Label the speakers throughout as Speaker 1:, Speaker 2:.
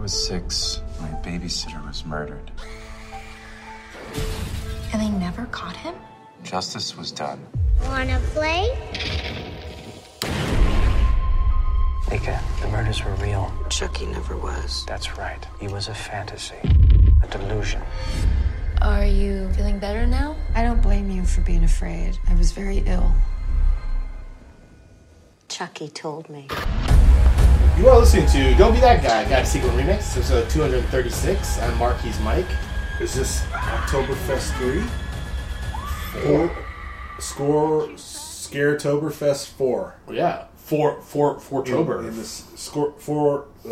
Speaker 1: was six. My babysitter was murdered.
Speaker 2: And they never caught him?
Speaker 1: Justice was done.
Speaker 3: Wanna play?
Speaker 4: Nika, the murders were real.
Speaker 5: Chucky never was.
Speaker 4: That's right. He was a fantasy, a delusion.
Speaker 2: Are you feeling better now?
Speaker 5: I don't blame you for being afraid. I was very ill.
Speaker 6: Chucky told me.
Speaker 7: You are listening to Don't Be That Guy, Guy Sequel Remix, episode 236. I'm Marquis Mike.
Speaker 8: Is this Oktoberfest 3? 4? Score Scaretoberfest 4.
Speaker 7: Yeah, for for for
Speaker 8: In-
Speaker 7: Tober.
Speaker 8: In, this score 4. Uh,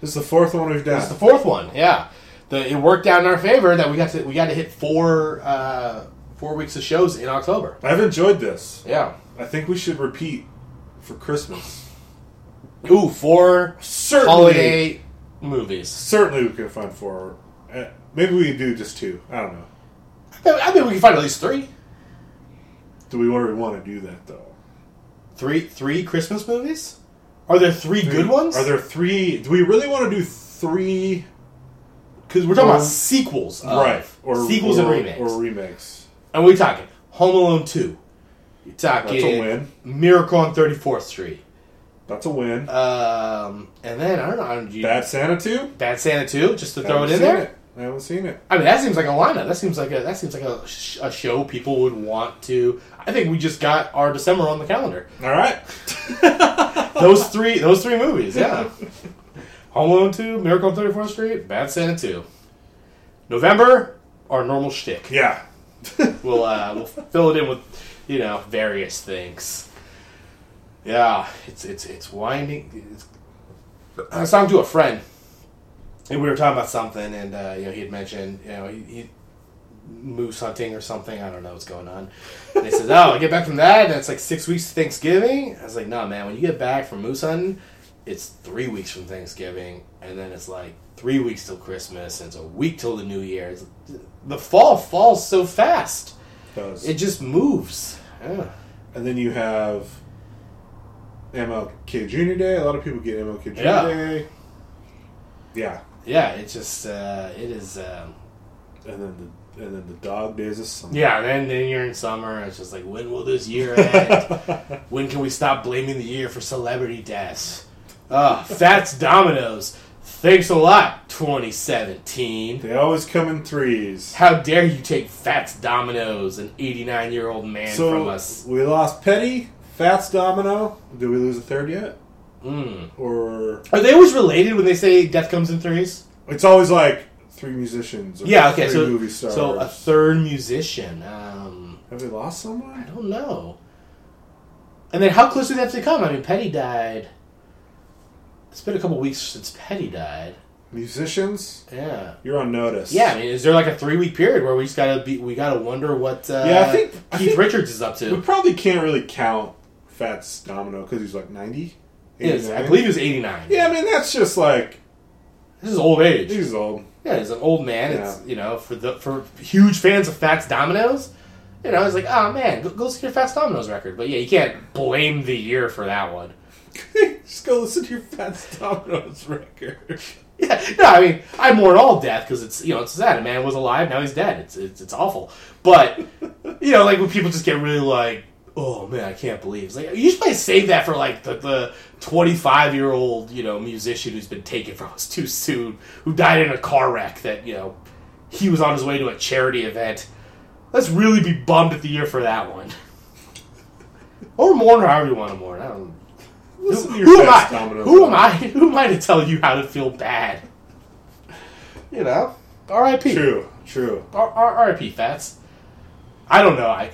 Speaker 8: this is the fourth one we've done.
Speaker 7: It's the fourth one. Yeah, the, it worked out in our favor that we got to we got to hit four uh, four weeks of shows in October.
Speaker 8: I've enjoyed this.
Speaker 7: Yeah.
Speaker 8: I think we should repeat for Christmas.
Speaker 7: Ooh, four
Speaker 8: Certainly.
Speaker 7: holiday movies.
Speaker 8: Certainly we could find four. Uh, maybe we could do just two. I don't know.
Speaker 7: I mean, we can find at least three,
Speaker 8: Do we already want to do that, though?
Speaker 7: three, three Christmas movies. Are there three, good ones?
Speaker 8: Are there three? Do we really want to do three?
Speaker 7: Because we're talking
Speaker 8: or-
Speaker 7: about sequels, of-
Speaker 8: right.
Speaker 7: Uh, sequels
Speaker 8: or,
Speaker 7: and remakes.
Speaker 8: Or remakes.
Speaker 7: and we're talking Home Alone two. You're talking
Speaker 8: That's a win.
Speaker 7: Miracle on Thirty Fourth Street.
Speaker 8: That's a win.
Speaker 7: Um, and then I don't know. I don't, you,
Speaker 8: Bad Santa 2?
Speaker 7: Bad Santa two, just to throw
Speaker 8: Haven't
Speaker 7: it in
Speaker 8: seen
Speaker 7: there.
Speaker 8: I haven't seen it.
Speaker 7: I mean, that seems like a lineup. That seems like a that seems like a, sh- a show people would want to. I think we just got our December on the calendar.
Speaker 8: All right.
Speaker 7: Those three, those three movies, yeah. Home Alone two, Miracle on Thirty Fourth Street, Bad Santa two. November, our normal shtick.
Speaker 8: Yeah.
Speaker 7: We'll uh, we'll fill it in with you know various things. Yeah, it's it's it's winding. It's, I was talking to a friend, and we were talking about something, and uh, you know he had mentioned you know he, he moose hunting or something. I don't know what's going on. And he says, "Oh, I get back from that, and it's like six weeks to Thanksgiving." I was like, "No, man. When you get back from moose hunting, it's three weeks from Thanksgiving, and then it's like three weeks till Christmas, and it's a week till the New Year. It's, the fall falls so fast.
Speaker 8: Those.
Speaker 7: It just moves." Yeah.
Speaker 8: and then you have MLK Junior Day. A lot of people get MLK Junior
Speaker 7: Yeah.
Speaker 8: Day. Yeah.
Speaker 7: Yeah, it just uh, it is. Um,
Speaker 8: And then the and then the dog days is Sunday.
Speaker 7: yeah, and then then you're in summer. It's just like, when will this year end? when can we stop blaming the year for celebrity deaths? Ah, that's Domino's. Thanks a lot, 2017.
Speaker 8: They always come in threes.
Speaker 7: How dare you take Fats Domino's, an 89 year old man,
Speaker 8: so
Speaker 7: from us?
Speaker 8: we lost Petty, Fats Domino. Did we lose a third yet?
Speaker 7: Mm.
Speaker 8: Or
Speaker 7: Are they always related when they say death comes in threes?
Speaker 8: it's always like three musicians. Or
Speaker 7: Yeah, okay, so,
Speaker 8: Three movie stars.
Speaker 7: so uh, a third musician. Um,
Speaker 8: have we lost
Speaker 7: I
Speaker 8: someone?
Speaker 7: don't know. And then how close do they have to come? I mean, Petty died. It's been a couple weeks since Petty died.
Speaker 8: Musicians,
Speaker 7: Yeah.
Speaker 8: you're on notice.
Speaker 7: Yeah, I mean, is there like a three week period where we just gotta be, we gotta wonder what? Uh,
Speaker 8: Yeah, I think-
Speaker 7: Keith
Speaker 8: I think-
Speaker 7: Richards is up
Speaker 8: we
Speaker 7: to.
Speaker 8: probably can't really count Fats Domino because he's like ninety.
Speaker 7: Is, I
Speaker 8: 89.
Speaker 7: believe he was eighty nine.
Speaker 8: Yeah, I mean that's just like
Speaker 7: this is old age.
Speaker 8: he's old.
Speaker 7: Yeah, he's an old man. It's you know for the for huge fans of Fats Domino's, you know, it's like, oh man, go, go listen to your Fats Domino's record. But yeah, you can't blame the year for that one.
Speaker 8: just go listen to your Fats Domino's record.
Speaker 7: Yeah, no, I mean, I mourn all death because it's you know it's sad. A man was alive, now he's dead. It's it's, it's awful. But you know, like when people just get really like, oh man, I can't believe. It's like you should probably save that for like the the twenty five year old you know musician who's been taken from us too soon, who died in a car wreck that you know he was on his way to a charity event. Let's really be bummed at the year for that one. Or mourn however you want to mourn. I don't.
Speaker 8: Listen to your
Speaker 7: Who am
Speaker 8: Fats
Speaker 7: I?
Speaker 8: Domino's
Speaker 7: Who am
Speaker 8: record.
Speaker 7: I? Who am I to tell you how to feel bad? You know, R.I.P.
Speaker 8: True, true.
Speaker 7: R- R- R.I.P. Fats. I don't know. I,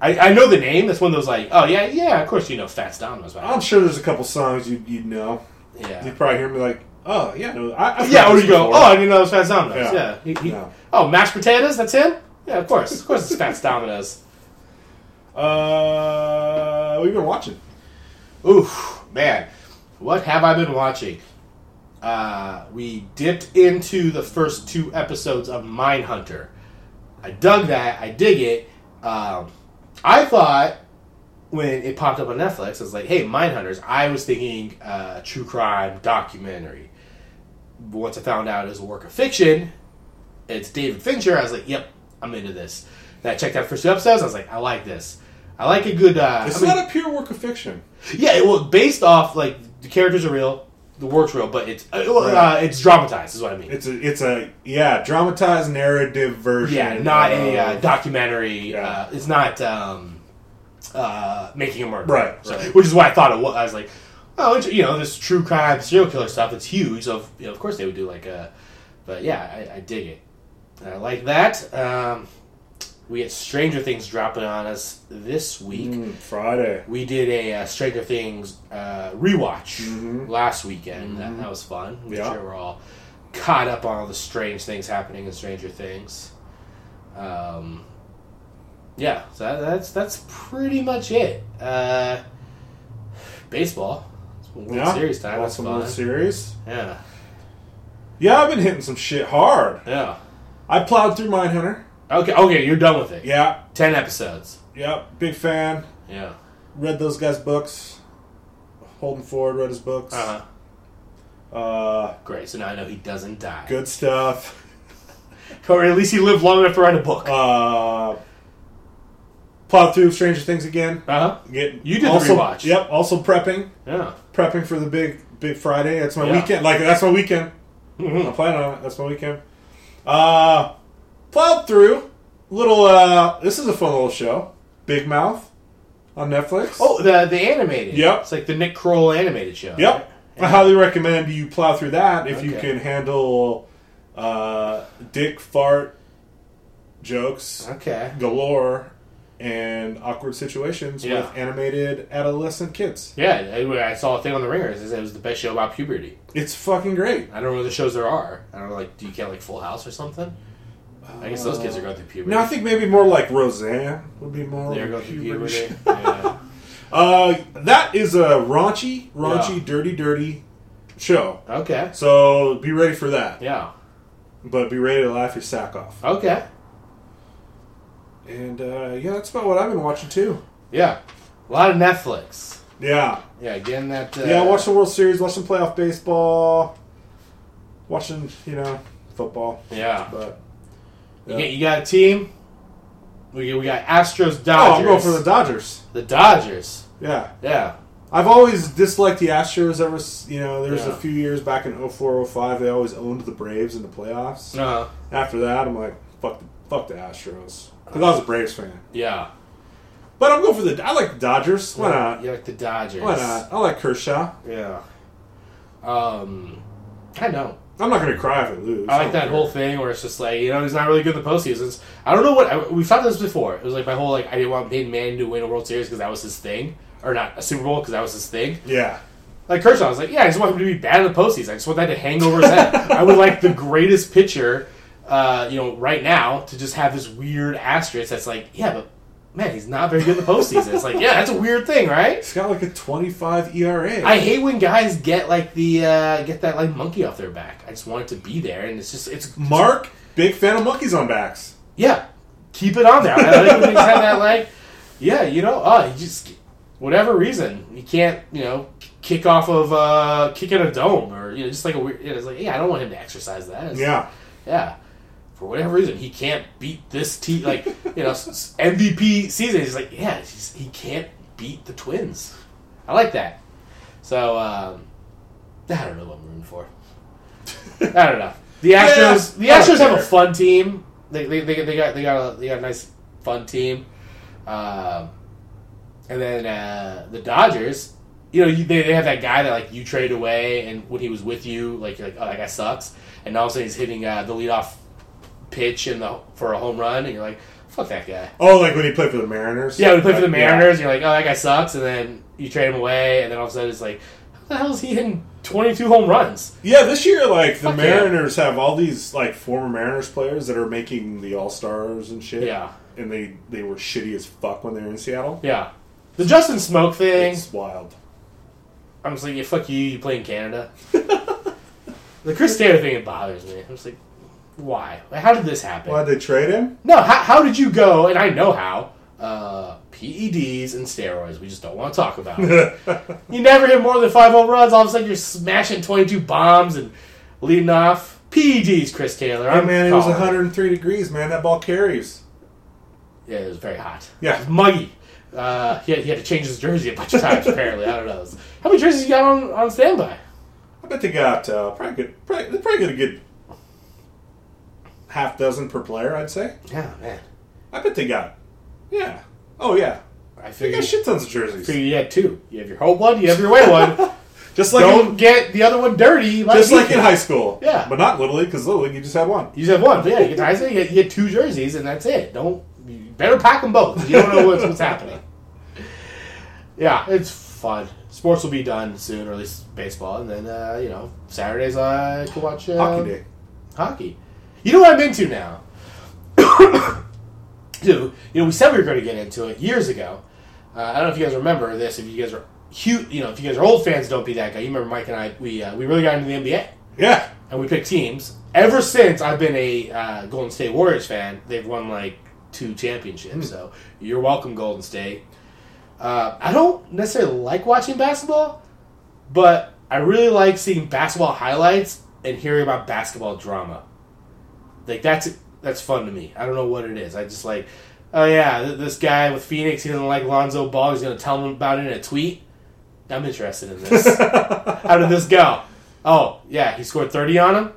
Speaker 7: I I know the name. That's one of those like, oh yeah, yeah. Of course you know Fats Domino's. By
Speaker 8: I'm
Speaker 7: now.
Speaker 8: sure there's a couple songs you you'd know.
Speaker 7: yeah,
Speaker 8: You'd probably hear me like, oh yeah, no, I, I've
Speaker 7: yeah.
Speaker 8: heard
Speaker 7: Or
Speaker 8: this
Speaker 7: you go,
Speaker 8: before.
Speaker 7: oh, I didn't know it was Fats Domino's. Yeah.
Speaker 8: Yeah.
Speaker 7: He- he-
Speaker 8: No.
Speaker 7: Oh, mashed potatoes. That's him. Yeah, of course. Of course, it's Fats Domino's. "Oh,
Speaker 8: Uh, we've been watching.
Speaker 7: Oof, man. What have I been watching? Uh, we dipped into the first two episodes of Mindhunter. I dug that. I dig it. Um, I thought when it popped up on Netflix, I was like, hey, Mindhunters. I was thinking uh, true crime documentary. once I found out it was a work of fiction, it's David Fincher. I was like, yep, I'm into this. And I checked out the first two episodes. I was like, I like this. I like a good. Uh,
Speaker 8: It's
Speaker 7: I mean-
Speaker 8: not a pure work of fiction.
Speaker 7: yeah, well, based off like the characters are real, the work's real, but it's uh, uh, it's dramatized. Is what I mean.
Speaker 8: It's a it's a yeah dramatized narrative version.
Speaker 7: yeah, not a uh,
Speaker 8: of-
Speaker 7: documentary.
Speaker 8: Yeah.
Speaker 7: Uh, it's not um, uh, making a murder,
Speaker 8: Right,
Speaker 7: So,
Speaker 8: right.
Speaker 7: Which is why I thought it was. I was like, oh, it's- you know, this true crime serial killer stuff. It's huge. So of, you know, of course they would do like a. But yeah, I, I dig it. And I like that. Um, we had Stranger Things dropping on us this week.
Speaker 8: Mm, Friday.
Speaker 7: We did a uh, Stranger Things uh, rewatch last weekend. That, that was fun. I'm
Speaker 8: Yeah.
Speaker 7: sure we're all caught up on all the strange things happening in Stranger Things. Um, yeah, so that, that's that's pretty much it. Uh, baseball. It's World
Speaker 8: Yeah,
Speaker 7: Series time. That's
Speaker 8: Awesome World
Speaker 7: fun.
Speaker 8: Series.
Speaker 7: Yeah,
Speaker 8: Yeah, I've been hitting some shit hard.
Speaker 7: yeah.
Speaker 8: I plowed through Mindhunter.
Speaker 7: Okay, okay, you're done with it.
Speaker 8: Yeah,
Speaker 7: Ten episodes.
Speaker 8: yeah, big fan.
Speaker 7: Yeah.
Speaker 8: Read those guys' books. Holden Ford read his books.
Speaker 7: Uh huh.
Speaker 8: Uh,
Speaker 7: Great. So now I know he doesn't die.
Speaker 8: good stuff.
Speaker 7: Or at least he lived long enough to write a book. Uh
Speaker 8: Uh, plowed through Stranger Things again.
Speaker 7: huh.
Speaker 8: Get,
Speaker 7: You did the
Speaker 8: also,
Speaker 7: rewatch.
Speaker 8: Yep. Also prepping,
Speaker 7: Yeah.
Speaker 8: prepping for the big big Friday. That's my
Speaker 7: Yeah. Mm-hmm.
Speaker 8: weekend. Like that's my weekend. I'm planning on it. That's my weekend. Uh, plowed through. Little. uh This is a fun little show. Big Mouth on Netflix.
Speaker 7: Oh, the the animated.
Speaker 8: Yep.
Speaker 7: It's like the Nick Kroll animated show.
Speaker 8: Yep. I highly recommend you plow through that if you
Speaker 7: Okay.
Speaker 8: can handle uh, dick fart jokes
Speaker 7: Okay.
Speaker 8: galore and awkward situations
Speaker 7: Yeah.
Speaker 8: with animated adolescent kids.
Speaker 7: Yeah, I I saw a thing on the Ringer. It said it was the best show about puberty.
Speaker 8: It's fucking great.
Speaker 7: I don't know what the shows there are. I don't know, like, do you get like Full House or something? I guess those kids are going through puberty.
Speaker 8: No, I think maybe more like Roseanne would be more.
Speaker 7: they're going through
Speaker 8: puberty.
Speaker 7: puberty. yeah.
Speaker 8: Uh, that is a raunchy, raunchy,
Speaker 7: Yeah.
Speaker 8: dirty, dirty show.
Speaker 7: Okay.
Speaker 8: So be ready for that,
Speaker 7: Yeah.
Speaker 8: but be ready to laugh your sack off.
Speaker 7: Okay.
Speaker 8: And uh, yeah, that's about what I've been watching too.
Speaker 7: Yeah. A lot of Netflix.
Speaker 8: Yeah.
Speaker 7: Yeah, getting that. Uh,
Speaker 8: Yeah, watch the World Series, watch some playoff baseball, watching you know football,
Speaker 7: Yeah.
Speaker 8: but uh,
Speaker 7: You, get, you got a team. We, we got Astros,
Speaker 8: oh, I'm
Speaker 7: Dodgers.
Speaker 8: going for the Dodgers.
Speaker 7: the Dodgers.
Speaker 8: Yeah,
Speaker 7: Yeah.
Speaker 8: I've always disliked the Astros. Ever s- you know, there's
Speaker 7: Yeah.
Speaker 8: a few years back in 04, 05, they always owned the Braves in the playoffs.
Speaker 7: Uh,
Speaker 8: After that, I'm like, fuck, the, fuck the Astros because I was a Braves fan.
Speaker 7: yeah.
Speaker 8: But I'm going for the. I like the Dodgers. Why not?
Speaker 7: You like the Dodgers.
Speaker 8: Why not? I like Kershaw.
Speaker 7: Yeah. Um, I know.
Speaker 8: I'm not gonna cry if I lose.
Speaker 7: I like
Speaker 8: don't
Speaker 7: that
Speaker 8: care.
Speaker 7: whole thing where it's just like you know he's not really good in the postseasons. I don't know what I, we found this before. It was like my whole like I didn't want Peyton Manning to win a World Series because that was his thing, or not a Super Bowl because that was his thing.
Speaker 8: Yeah,
Speaker 7: Like Kershaw, I was like, yeah, I just want him to be bad in the postseason. I just want that to hang over his head. I would like the greatest pitcher, uh, you know, right now to just have this weird asterisk that's like, yeah, but man, he's not very good in the postseason. It's like, yeah, that's a weird thing, right?
Speaker 8: it's got like a E 25 ERA.
Speaker 7: I hate when guys get like the uh, get that like monkey off their back. I just want it to be there, and it's just it's
Speaker 8: Mark, big fan of monkeys on backs.
Speaker 7: yeah, keep it on there. I like when he's had that like yeah, you know, uh, you just whatever reason you can't you know kick off of uh, kick in a dome or you know just like a weird. You know, it's like yeah, I don't want him to exercise that. It's-
Speaker 8: Yeah.
Speaker 7: yeah. For whatever reason, he can't beat this team. Like you know, s- s- MVP season. He's like, yeah, he's, just- he can't beat the Twins. I like that. So um, I don't know what I'm rooting for. I don't know. The Astros.
Speaker 8: Yeah, I
Speaker 7: the
Speaker 8: don't
Speaker 7: Astros have a
Speaker 8: care.
Speaker 7: fun team. They, they, they, they got they got a, they got a nice fun team. Um, and then uh, the Dodgers. You know, you, they, they have that guy that like you trade away, and when he was with you, like you're like, oh, that guy sucks. And all of a sudden, he's hitting uh, the leadoff pitch in the for a home run, and you're like, fuck that guy.
Speaker 8: Oh, like when he played for the Mariners.
Speaker 7: Yeah, we play for the
Speaker 8: Like,
Speaker 7: Mariners. You're like, oh, that guy sucks, and then you trade him away, and then all of a sudden it's like, how the hell is he hitting 22 home runs?
Speaker 8: Yeah, this year, like the
Speaker 7: Fuck yeah.
Speaker 8: Mariners have all these like former Mariners players that are making the All Stars and shit.
Speaker 7: Yeah.
Speaker 8: and they they were shitty as fuck when they were in Seattle.
Speaker 7: Yeah, the Justin Smoke thing.
Speaker 8: It's wild.
Speaker 7: I'm just like, yeah, fuck you. You play in Canada. the Chris Taylor thing it bothers me. I'm just like, why? Like, How did this happen?
Speaker 8: Why'd they trade him?
Speaker 7: No, how, how did you go? And I know how. Uh, PEDs and steroids. We just don't want to talk about. you never hit more than five home runs. All of a sudden, you're smashing 22 bombs and leading off. PEDs, Chris Taylor.
Speaker 8: Hey,
Speaker 7: I'm
Speaker 8: man, it was
Speaker 7: calling.
Speaker 8: 103 degrees, man. That ball carries.
Speaker 7: Yeah, it was very hot.
Speaker 8: Yeah.
Speaker 7: It was muggy. Uh, he, had, he had to change his jersey a bunch of times, apparently. I don't know. How many jerseys you got on, on standby?
Speaker 8: I bet they got uh, probably good. Probably, they probably got a good half dozen per player. I'd say.
Speaker 7: Yeah, man.
Speaker 8: I bet they got. Yeah. Oh yeah.
Speaker 7: I
Speaker 8: They
Speaker 7: figured,
Speaker 8: got shit tons of
Speaker 7: I figured
Speaker 8: jerseys.
Speaker 7: you had two. You have your home one, you have your away one.
Speaker 8: Just like
Speaker 7: don't
Speaker 8: in,
Speaker 7: get the other one dirty. Like
Speaker 8: just
Speaker 7: he
Speaker 8: like in
Speaker 7: did.
Speaker 8: high school.
Speaker 7: Yeah.
Speaker 8: But not little league because little league you just had one.
Speaker 7: You just have one. But yeah, you get, I say you get, you get two jerseys, and that's it. Don't you better pack them both. You don't know what's, what's happening. Yeah, it's fun. Sports will be done soon, or at least baseball, and then uh, you know Saturdays I can watch uh,
Speaker 8: Hockey day.
Speaker 7: hockey. You know what I'm into now? Dude, you know, we said we were going to get into it years ago. Uh, I don't know if you guys remember this. If you guys are huge, you know, if you guys are old fans, don't be that guy. You remember Mike and I? We uh, we really got into the NBA
Speaker 8: Yeah.
Speaker 7: and we picked teams. Ever since I've been a uh, Golden State Warriors fan, they've won like two championships. So you're welcome, Golden State. Uh, I don't necessarily like watching basketball, but I really like seeing basketball highlights and hearing about basketball drama. Like that's that's fun to me. I don't know what it is. I just like, oh yeah, th- this guy with Phoenix, he doesn't like Lonzo Ball. He's gonna tell him about it in a tweet. I'm interested in this. How did this go? Oh yeah, he scored thirty on him.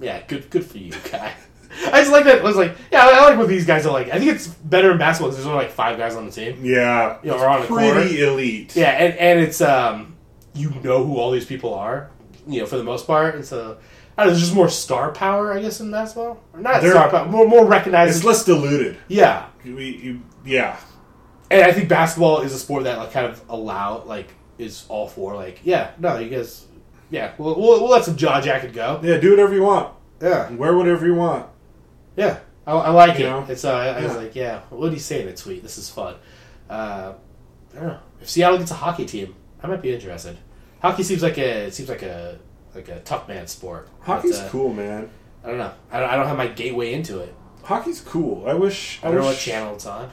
Speaker 7: Yeah, good good for you, guy. I just like that. I was like, yeah, I like what these guys are like. I think it's better in basketball because there's only like five guys on the team.
Speaker 8: Yeah.
Speaker 7: Yeah, or on a
Speaker 8: pretty elite.
Speaker 7: Yeah, and, and it's um, you know who all these people are, you know, for the most part, and so I don't know, there's just more star power, I guess, in basketball. Or not
Speaker 8: There-
Speaker 7: star power, more more recognized.
Speaker 8: It's less diluted.
Speaker 7: yeah,
Speaker 8: We, you, yeah.
Speaker 7: and I think basketball is a sport that like kind of allow like is all for like yeah, no, you guys, yeah, we'll we'll, we'll let some jaw jacket go.
Speaker 8: Yeah. Do whatever you want.
Speaker 7: Yeah,
Speaker 8: Wear whatever you want.
Speaker 7: yeah, I, I like
Speaker 8: You
Speaker 7: it.
Speaker 8: know?
Speaker 7: It's uh, I was
Speaker 8: Yeah.
Speaker 7: like, yeah, what do you say in a tweet? This is fun. Uh, I don't know if Seattle gets a hockey team, I might be interested. Hockey seems like a it seems like a like a tough man sport.
Speaker 8: Hockey's
Speaker 7: But, uh,
Speaker 8: cool, man.
Speaker 7: I don't know. I don't, I don't have my gateway into it.
Speaker 8: Hockey's cool. I wish.
Speaker 7: I don't know
Speaker 8: wish,
Speaker 7: what channel it's on.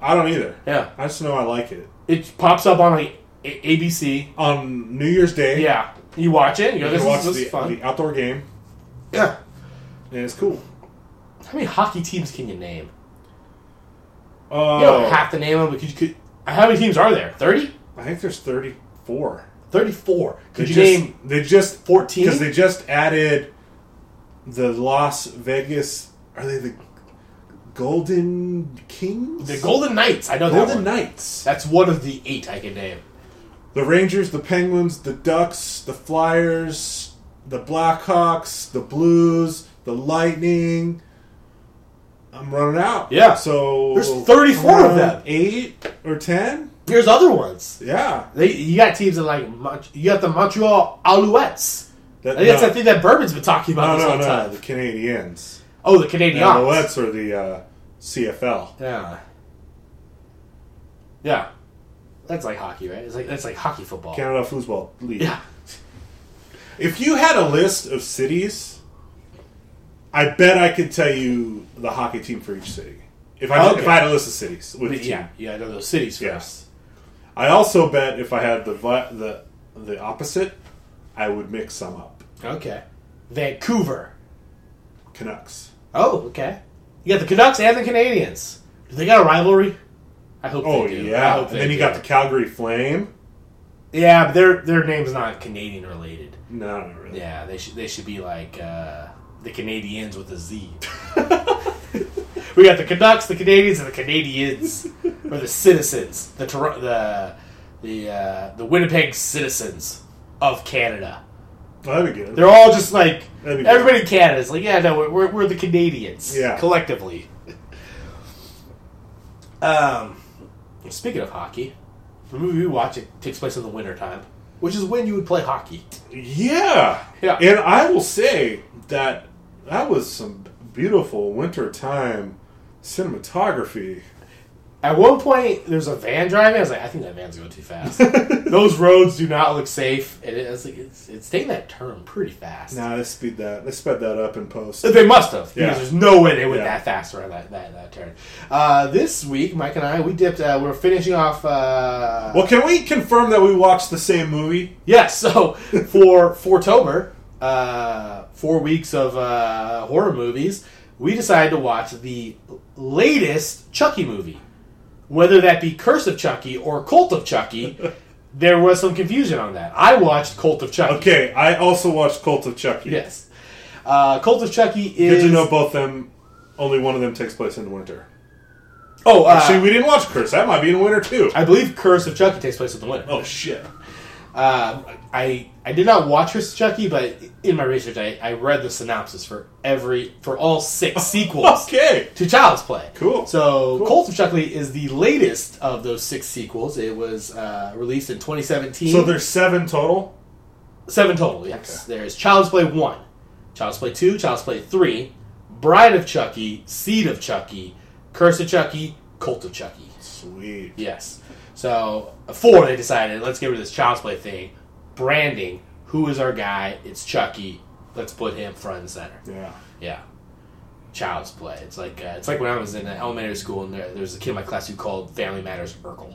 Speaker 8: I don't either.
Speaker 7: Yeah,
Speaker 8: I just know I like it.
Speaker 7: it pops up on like a- ABC.
Speaker 8: On New Year's Day,
Speaker 7: Yeah, you watch it. You go,
Speaker 8: you
Speaker 7: this,
Speaker 8: watch
Speaker 7: is, this
Speaker 8: the,
Speaker 7: is fun.
Speaker 8: the outdoor game,
Speaker 7: Yeah.
Speaker 8: and it's cool.
Speaker 7: How many hockey teams can you name?
Speaker 8: Oh,
Speaker 7: You don't have to name them, but could, you- could how many teams are there? 30?
Speaker 8: Uh, I think there's 34.
Speaker 7: 34. Could
Speaker 8: they
Speaker 7: you
Speaker 8: just,
Speaker 7: name
Speaker 8: They just
Speaker 7: 14?
Speaker 8: because they just added the Las Vegas. Are they the Golden Kings?
Speaker 7: the Golden Knights? I know that
Speaker 8: Golden
Speaker 7: one.
Speaker 8: Knights.
Speaker 7: That's one of the eight I can name.
Speaker 8: The Rangers, the Penguins, the Ducks, the Flyers, the Blackhawks, the Blues, the Lightning. I'm running out.
Speaker 7: Yeah.
Speaker 8: So
Speaker 7: There's 34 of
Speaker 8: around
Speaker 7: them.
Speaker 8: Eight or ten?
Speaker 7: There's other ones.
Speaker 8: Yeah.
Speaker 7: They, you got teams that like Mont- you got the Montreal Alouettes. I
Speaker 8: That,
Speaker 7: think that's the thing that Bourbon's been talking about
Speaker 8: no,
Speaker 7: this
Speaker 8: no,
Speaker 7: whole
Speaker 8: no.
Speaker 7: time.
Speaker 8: The Canadians.
Speaker 7: Oh, the Canadiens.
Speaker 8: The Alouettes or the uh, CFL.
Speaker 7: Yeah. Yeah. That's like hockey, right? It's like that's like hockey football.
Speaker 8: Canada Foosball League.
Speaker 7: Yeah.
Speaker 8: If you had a list of cities, I bet I could tell you the hockey team for each city. If I
Speaker 7: Okay.
Speaker 8: if I had a list of cities with each
Speaker 7: Yeah.
Speaker 8: team.
Speaker 7: Yeah, I know those cities
Speaker 8: Yeah.
Speaker 7: first.
Speaker 8: I also bet if I had the vi- the the opposite, I would mix some up.
Speaker 7: Okay. Vancouver.
Speaker 8: Canucks.
Speaker 7: Oh, okay. You got the Canucks and the Canadians. Do they got a rivalry? I hope
Speaker 8: Oh
Speaker 7: they do. I
Speaker 8: yeah,
Speaker 7: hope
Speaker 8: and
Speaker 7: they
Speaker 8: then you
Speaker 7: do.
Speaker 8: got the Calgary Flame.
Speaker 7: Yeah, but their their name's not Canadian related.
Speaker 8: No, not really.
Speaker 7: Yeah, they should they should be like uh, the Canadians with a Z. we got the Canucks, the Canadians, and the Canadians, or the citizens, the Tor- the the uh, the Winnipeg citizens of Canada.
Speaker 8: Well, that'd be good.
Speaker 7: They're all just like
Speaker 8: That'd be good.
Speaker 7: everybody in Canada's like, yeah, no, we're we're, we're the Canadians,
Speaker 8: Yeah.
Speaker 7: collectively. um, speaking of hockey, the movie we watch it takes place in the wintertime, which is when you would play hockey.
Speaker 8: yeah,
Speaker 7: Yeah.
Speaker 8: And I will say that that was some beautiful wintertime cinematography.
Speaker 7: At one point, there's a van driving. I was like, I think that van's going too fast. Those roads do not look safe, and it, it's like it's, it's taking that turn pretty fast.
Speaker 8: Now nah, let's speed that. Let's sped that up in post.
Speaker 7: They must have because
Speaker 8: Yeah.
Speaker 7: there's no way they went
Speaker 8: Yeah.
Speaker 7: that fast around that that, that turn. Uh, this week, Mike and I we dipped. Uh, we're finishing off. Uh,
Speaker 8: Well, can we confirm that we watched the same movie?
Speaker 7: yes, so for for Tober, uh, uh, four weeks of uh, horror movies, we decided to watch the latest Chucky movie. Whether that be Curse of Chucky or Cult of Chucky, there was some confusion on that. I watched Cult of Chucky.
Speaker 8: Okay, I also watched Cult of Chucky.
Speaker 7: Yes. Uh, Cult of Chucky is.
Speaker 8: Good to know both them. Only one of them takes place in winter.
Speaker 7: Oh, uh,
Speaker 8: Actually, we didn't watch Curse. That might be in winter too.
Speaker 7: I believe Curse of Chucky takes place with the winter.
Speaker 8: oh shit!
Speaker 7: Um, I I did not watch Curse of Chucky, but in my research, I, I read the synopsis for every for all six sequels
Speaker 8: Okay.
Speaker 7: to Child's Play.
Speaker 8: Cool.
Speaker 7: So,
Speaker 8: Cool.
Speaker 7: Cult of Chucky is the latest of those six sequels. It was uh, released in 2017.
Speaker 8: So there's seven total.
Speaker 7: seven total. Yes, there's Child's Play one, Child's Play two, Child's Play three, Bride of Chucky, Seed of Chucky, Curse of Chucky, Cult of Chucky.
Speaker 8: Sweet.
Speaker 7: Yes. So four, they decided let's get rid of this child's play thing. Branding, who is our guy? It's Chucky. Let's put him front and center.
Speaker 8: Yeah.
Speaker 7: Yeah. Child's play. It's like uh, it's like when I was in elementary school and there, there was a kid in my class who called Family Matters Urkel.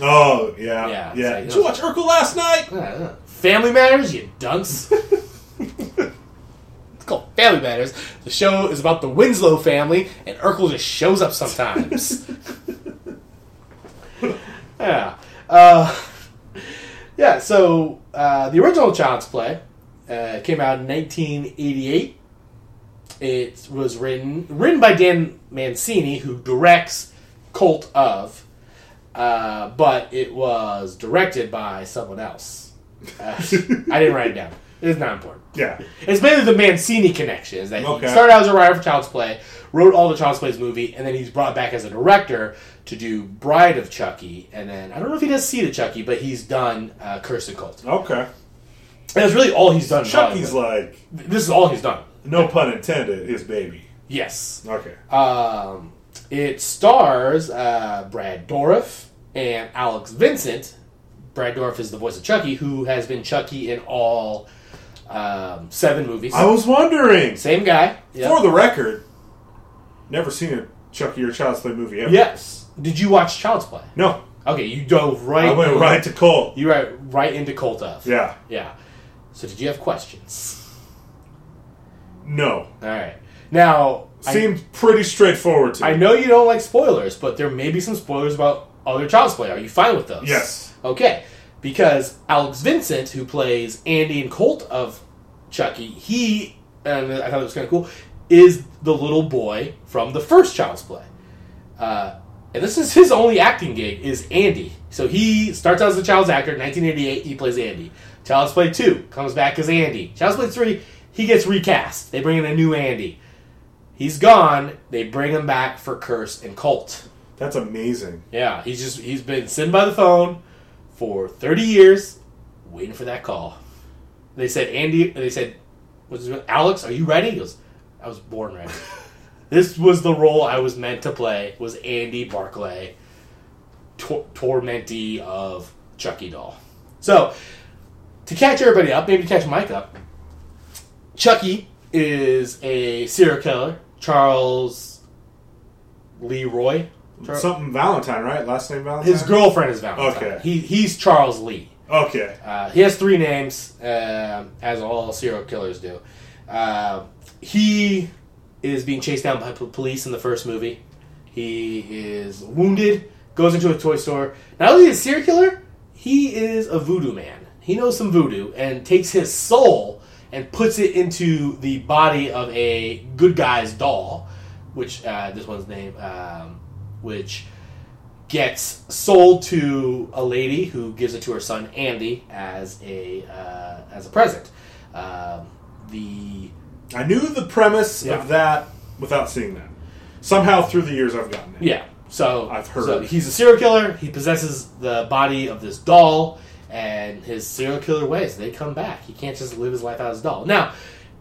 Speaker 8: Oh yeah.
Speaker 7: Yeah,
Speaker 8: Yeah.
Speaker 7: it's like-
Speaker 8: Did you watch Urkel last night?
Speaker 7: Uh, Family Matters, you dunce. it's called Family Matters. The show is about the Winslow family, and Urkel just shows up sometimes. yeah. Uh, yeah, so uh, the original Child's Play uh, came out in 1988. It was written written by Dan Mancini, who directs Cult of, uh, but it was directed by someone else. Uh, I didn't write it down. It's not important.
Speaker 8: Yeah.
Speaker 7: It's mainly the Mancini connection. Is that he
Speaker 8: Okay.
Speaker 7: started out as a writer for Child's Play, wrote all the Child's Play's movie, and then he's brought back as a director to do Bride of Chucky, and then I don't know if he does Seed of Chucky, but he's done uh, Curse of Cult. And
Speaker 8: Okay.
Speaker 7: that's really all he's done. in
Speaker 8: Chucky's
Speaker 7: Hollywood.
Speaker 8: like,
Speaker 7: this is all he's done.
Speaker 8: no pun intended, his baby.
Speaker 7: Yes.
Speaker 8: Okay.
Speaker 7: Um, it stars uh, Brad Dourif and Alex Vincent. Brad Dourif is the voice of Chucky, who has been Chucky in all um, seven movies.
Speaker 8: I was wondering.
Speaker 7: Same guy. Yep.
Speaker 8: For the record, never seen a Chucky or Child's Play movie ever.
Speaker 7: Yes. Did you watch Child's Play?
Speaker 8: No.
Speaker 7: Okay, you dove right.
Speaker 8: I went right to Cole.
Speaker 7: You went right into Cult of.
Speaker 8: Yeah.
Speaker 7: Yeah. So did you have questions?
Speaker 8: No.
Speaker 7: All right. Now, I,
Speaker 8: Seemed pretty straightforward to me.
Speaker 7: I know you don't like spoilers, but there may be some spoilers about other Child's Play. Are you fine with those?
Speaker 8: Yes.
Speaker 7: Okay. Because Alex Vincent, who plays Andy in Cult of Chucky, he and I thought it was kind of cool, is the little boy from the first Child's Play. Uh, and this is his only acting gig is Andy. So he starts out as a child's actor. 1988, he plays Andy. Child's Play two comes back as Andy. Child's Play three, he gets recast. They bring in a new Andy. He's gone. They bring him back for Curse and Cult.
Speaker 8: That's amazing.
Speaker 7: Yeah, he's just he's been sitting by the phone for 30 years, waiting for that call. They said Andy. They said, "Was his name? Alex? Are you ready?" He goes, "I was born ready. this was the role I was meant to play. Was Andy Barclay, tor- tormentee of Chucky doll." So, to catch everybody up, maybe to catch Mike up, Chucky is a serial killer. Charles Leroy. Char-
Speaker 8: Something Valentine, right? Last name Valentine?
Speaker 7: his girlfriend is Valentine.
Speaker 8: Okay.
Speaker 7: He, he's Charles Lee.
Speaker 8: Okay.
Speaker 7: Uh, he has three names, um as all serial killers do. Uh, he is being chased down by po- police in the first movie. He is wounded, goes into a toy store. Not only is he a serial killer, he is a voodoo man. He knows some voodoo and takes his soul and puts it into the body of a good guy's doll, which uh, this one's name, um, which gets sold to a lady who gives it to her son Andy as a uh, as a present. Um, the
Speaker 8: I knew the premise
Speaker 7: Yeah.
Speaker 8: of that without seeing that. Somehow through the years I've gotten it.
Speaker 7: yeah, so
Speaker 8: I've heard.
Speaker 7: so he's a serial killer. He possesses the body of this doll, and his serial killer ways they come back. He can't just live his life out as a doll. Now,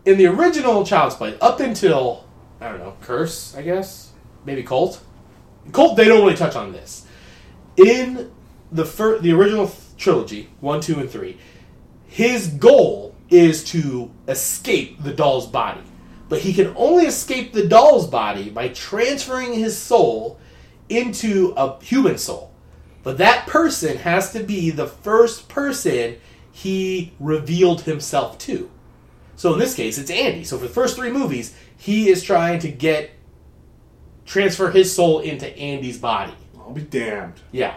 Speaker 7: in the original Child's Play, up until I don't know, Curse, I guess, maybe Colt. Colt, they don't really touch on this. In the fir- the original trilogy, one, two, and three, his goal is to escape the doll's body. But he can only escape the doll's body by transferring his soul into a human soul. But that person has to be the first person he revealed himself to. So in this case, it's Andy. So for the first three movies, he is trying to get transfer his soul into Andy's body.
Speaker 8: I'll be damned.
Speaker 7: Yeah.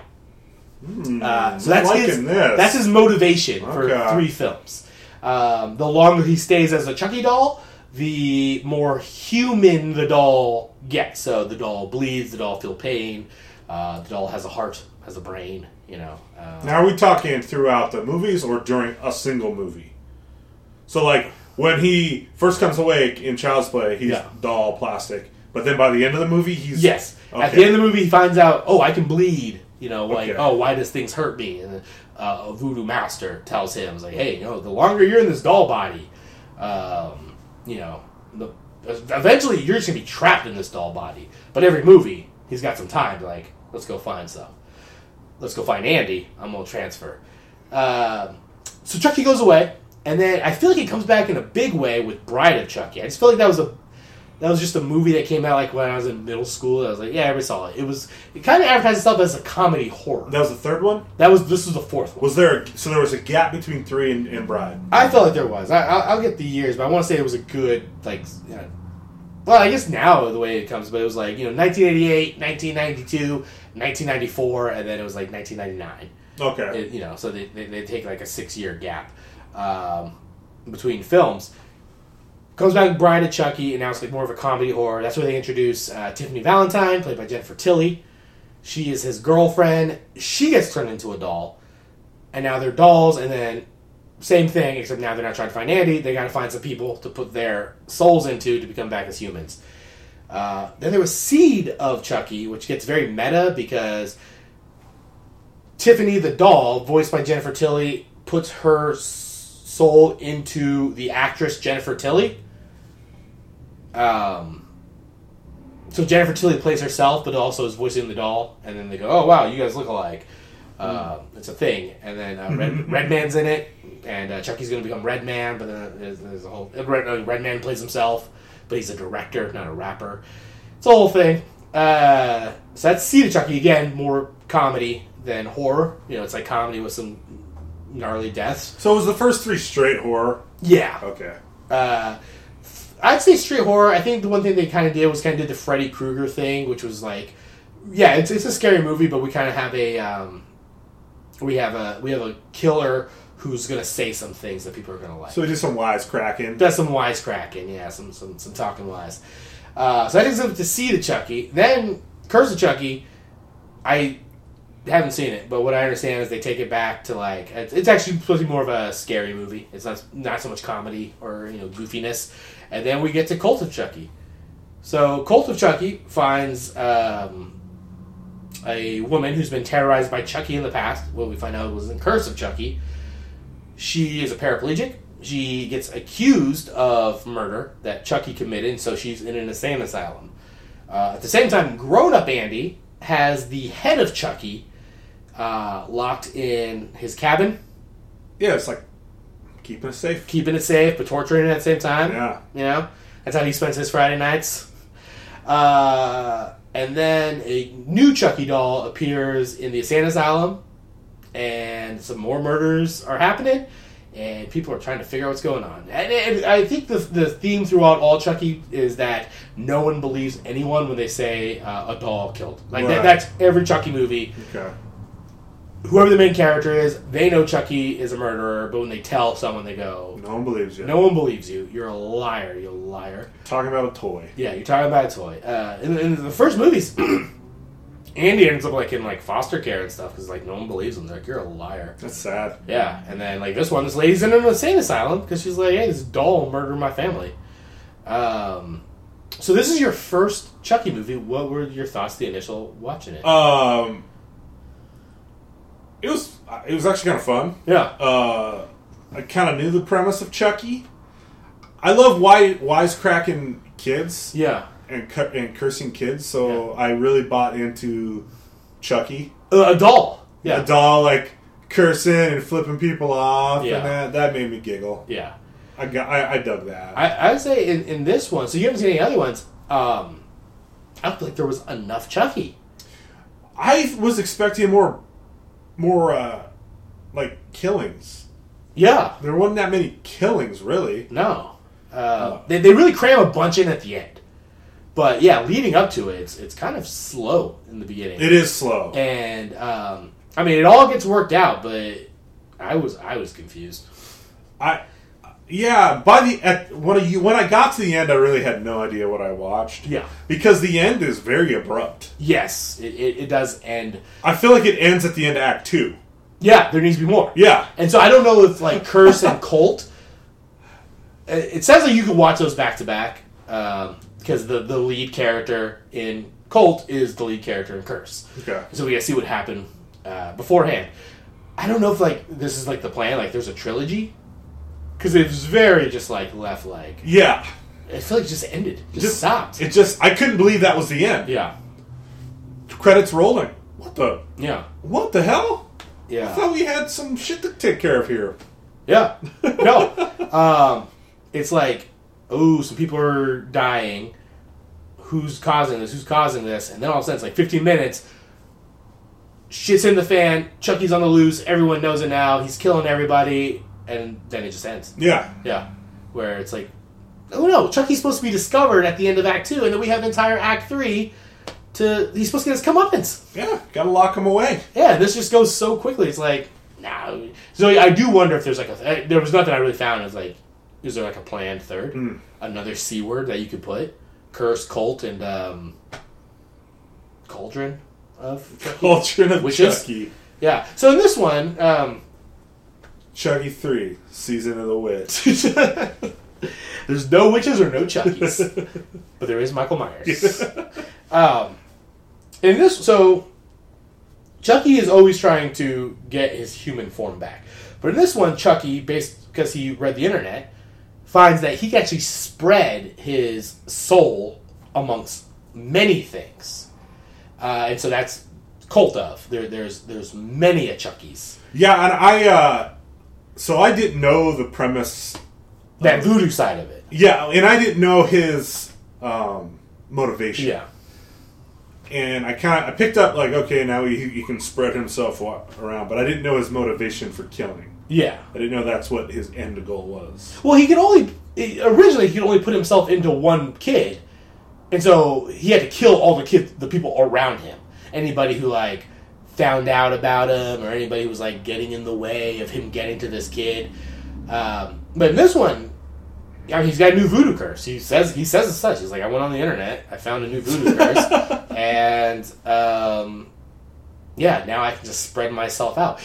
Speaker 7: Uh, so that's
Speaker 8: liking
Speaker 7: his,
Speaker 8: this.
Speaker 7: that's his motivation for
Speaker 8: Okay.
Speaker 7: three films. Um, the longer he stays as a Chucky doll, the more human the doll gets. So the doll bleeds, the doll feel pain, uh, the doll has a heart, has a brain. You know, uh,
Speaker 8: Now, are we talking throughout the movies or during a single movie? So, like, when he first comes awake in Child's Play, he's
Speaker 7: Yeah.
Speaker 8: doll plastic. But then by the end of the movie, he's.
Speaker 7: Yes. At
Speaker 8: Okay.
Speaker 7: the end of the movie, he finds out, oh, I can bleed. You know, like,
Speaker 8: Okay.
Speaker 7: oh, why does things hurt me? And uh, a voodoo master tells him, it's like, hey, you know, the longer you're in this doll body, um, you know, the, eventually you're just going to be trapped in this doll body. But every movie, he's got some time to, like, let's go find some. Let's go find Andy. I'm going to transfer. Um so Chucky goes away, and then I feel like he comes back in a big way with Bride of Chucky. I just feel like that was a that was just a movie that came out like when I was in middle school. I was like, yeah, I ever saw it. It was it kind of advertised itself as a comedy horror.
Speaker 8: That was the third one?
Speaker 7: That was this was the fourth one.
Speaker 8: Was there. A, so, there was a gap between three and, and Bride.
Speaker 7: I felt like there was. I, I'll, I'll get the years, but I want to say it was a good like. You know, well, I guess now the way it comes, but it was like you know 1988, 1992, 1994, and then it was like 1999.
Speaker 8: Okay.
Speaker 7: it, you know, so they, they, they take like a six year gap um, between films. Comes back with Bride of Chucky, and now it's like more of a comedy horror. That's where they introduce uh, Tiffany Valentine, played by Jennifer Tilly. She is his girlfriend. She gets turned into a doll, and now they're dolls. And then same thing, except now they're not trying to find Andy. They got to find some people to put their souls into to become back as humans. Uh, then there was Seed of Chucky, which gets very meta because Tiffany the doll, voiced by Jennifer Tilly, puts her s- soul into the actress Jennifer Tilly. Um, so Jennifer Tilly plays herself, but also is voicing the doll. And then they go, "Oh wow, you guys look alike." Uh, it's a thing. And then uh, Red, Red Man's in it, and uh, Chucky's going to become Red Man. But then uh, there's, there's a whole Red, uh, Red Man plays himself, but he's a director, not a rapper. It's a whole thing. Uh, so that's Seed of Chucky again, more comedy than horror. You know, it's like comedy with some gnarly deaths.
Speaker 8: So, it was the first three straight horror.
Speaker 7: Yeah,
Speaker 8: Okay.
Speaker 7: uh, I'd say street horror. I think the one thing they kind of did was kind of did the Freddy Krueger thing, which was like, yeah, it's, it's a scary movie, but we kind of have a um, we have a we have a killer who's gonna say some things that people are gonna like.
Speaker 8: So, he did some wisecracking.
Speaker 7: That's some wisecracking, yeah, some some some talking wise. Uh, so I didn't to see the Chucky. Then Curse of Chucky, I haven't seen it, but what I understand is they take it back to like it's, it's actually supposed to be more of a scary movie. It's not not so much comedy or you know goofiness. And then we get to Cult of Chucky. So Cult of Chucky finds um, a woman who's been terrorized by Chucky in the past. What we find out was in Curse of Chucky. She is a paraplegic. She gets accused of murder that Chucky committed, and so she's in an insane asylum. Uh, at the same time, grown up Andy has the head of Chucky uh, locked in his cabin,
Speaker 8: Yeah, it's like keeping it safe.
Speaker 7: keeping it safe but torturing it at the same time.
Speaker 8: Yeah.
Speaker 7: You know, that's how he spends his Friday nights. Uh, and then a new Chucky doll appears in the insane asylum, and some more murders are happening, and people are trying to figure out what's going on. And, and I think the, the theme throughout all Chucky is that no one believes anyone when they say uh, a doll killed. Like that,
Speaker 8: Right.
Speaker 7: that's every Chucky movie
Speaker 8: Okay.
Speaker 7: whoever the main character is, they know Chucky is a murderer, but when they tell someone, they go,
Speaker 8: No one believes you.
Speaker 7: "No one believes you. You're a liar. You're a liar."
Speaker 8: Talking about a toy.
Speaker 7: Yeah, you're talking about a toy. Uh, in, in the first movies, Andy ends up like in like foster care and stuff because like no one believes him. They're like, "You're a liar."
Speaker 8: That's sad.
Speaker 7: Yeah, and then like this one, this lady's in an insane asylum because she's like, "Hey, this doll murdered my family." Um, so this is your first Chucky movie. What were your thoughts the initial watching it?
Speaker 8: Um, it was it was actually kind of fun.
Speaker 7: yeah,
Speaker 8: Uh, I kind of knew the premise of Chucky. I love wi- wisecracking kids
Speaker 7: yeah.
Speaker 8: and cu- and cursing kids, so I really bought into Chucky.
Speaker 7: Uh, a doll. Yeah,
Speaker 8: A doll like cursing and flipping people off,
Speaker 7: Yeah.
Speaker 8: and that that made me giggle.
Speaker 7: yeah.
Speaker 8: I got I, I dug that.
Speaker 7: I, I would say in, in this one, so you haven't seen any other ones. Um, I don't think there was enough Chucky.
Speaker 8: I was expecting more, more uh, like killings.
Speaker 7: Yeah.
Speaker 8: There wasn't that many killings, really.
Speaker 7: No. Uh, they, they really cram a bunch in at the end. But yeah, leading up to it, it's, it's kind of slow in the beginning.
Speaker 8: It is slow.
Speaker 7: And um, I mean, it all gets worked out, but I was I was confused.
Speaker 8: I, yeah. By the at when you when I got to the end, I really had no idea what I watched.
Speaker 7: Yeah.
Speaker 8: because the end is very abrupt.
Speaker 7: Yes, it, it, it does end.
Speaker 8: I feel like it ends at the end of Act Two.
Speaker 7: Yeah, there needs to be more.
Speaker 8: Yeah,
Speaker 7: And so I don't know if like Curse and Colt. It it sounds like you can watch those back to back because the the lead character in Colt is the lead character in Curse.
Speaker 8: Okay.
Speaker 7: So we gotta see what happened uh, beforehand. I don't know if like this is like the plan. Like there's a trilogy because it was very just like left like
Speaker 8: yeah.
Speaker 7: I feel like it just ended, just, stopped.
Speaker 8: It just I couldn't believe that was the end.
Speaker 7: yeah,
Speaker 8: Credits rolling. What the
Speaker 7: yeah,
Speaker 8: what the hell? I
Speaker 7: yeah,
Speaker 8: thought we had some shit to take care of here.
Speaker 7: yeah. No, um, it's like oh, some people are dying. Who's causing this? Who's causing this? And then all of a sudden, it's like 15 minutes. Shit's in the fan. Chucky's on the loose. Everyone knows it now. He's killing everybody, and then it just ends.
Speaker 8: Yeah,
Speaker 7: Yeah, where it's like, oh no, Chucky's supposed to be discovered at the end of Act Two, and then we have entire Act Three to he's supposed to get his comeuppance.
Speaker 8: yeah. Gotta lock him away.
Speaker 7: Yeah, this just goes so quickly. It's like, nah. So I do wonder if there's like a there was nothing I really found. It's like, is there like a planned third, another c word that you could put, curse, cult, and um, cauldron of Chucky?
Speaker 8: Alternate
Speaker 7: Which is-
Speaker 8: Chucky.
Speaker 7: Yeah. So in this one, um,
Speaker 8: Chucky three, season of the witch.
Speaker 7: There's no witches or no Chuckies, but there is Michael Myers. um, in this, so Chucky is always trying to get his human form back, but in this one, Chucky, based because he read the internet, finds that he can actually spread his soul amongst many things, uh, and so that's cult of there. There's there's many a Chucky's
Speaker 8: Yeah, and I uh so I didn't know the premise
Speaker 7: that voodoo side of it.
Speaker 8: Yeah, and I didn't know his um motivation.
Speaker 7: Yeah,
Speaker 8: And I kind of I picked up like okay, now he, he can spread himself wa- around, but I didn't know his motivation for killing.
Speaker 7: yeah.
Speaker 8: I didn't know that's what his end goal was.
Speaker 7: Well, he could only originally he could only put himself into one kid, and so he had to kill all the kids, the people around him, anybody who like found out about him or anybody who was like getting in the way of him getting to this kid. Um, but in this one, I mean, he's got a new voodoo curse. He says he says as such. He's like, I went on the internet, I found a new voodoo curse, and um, yeah, now I can just spread myself out.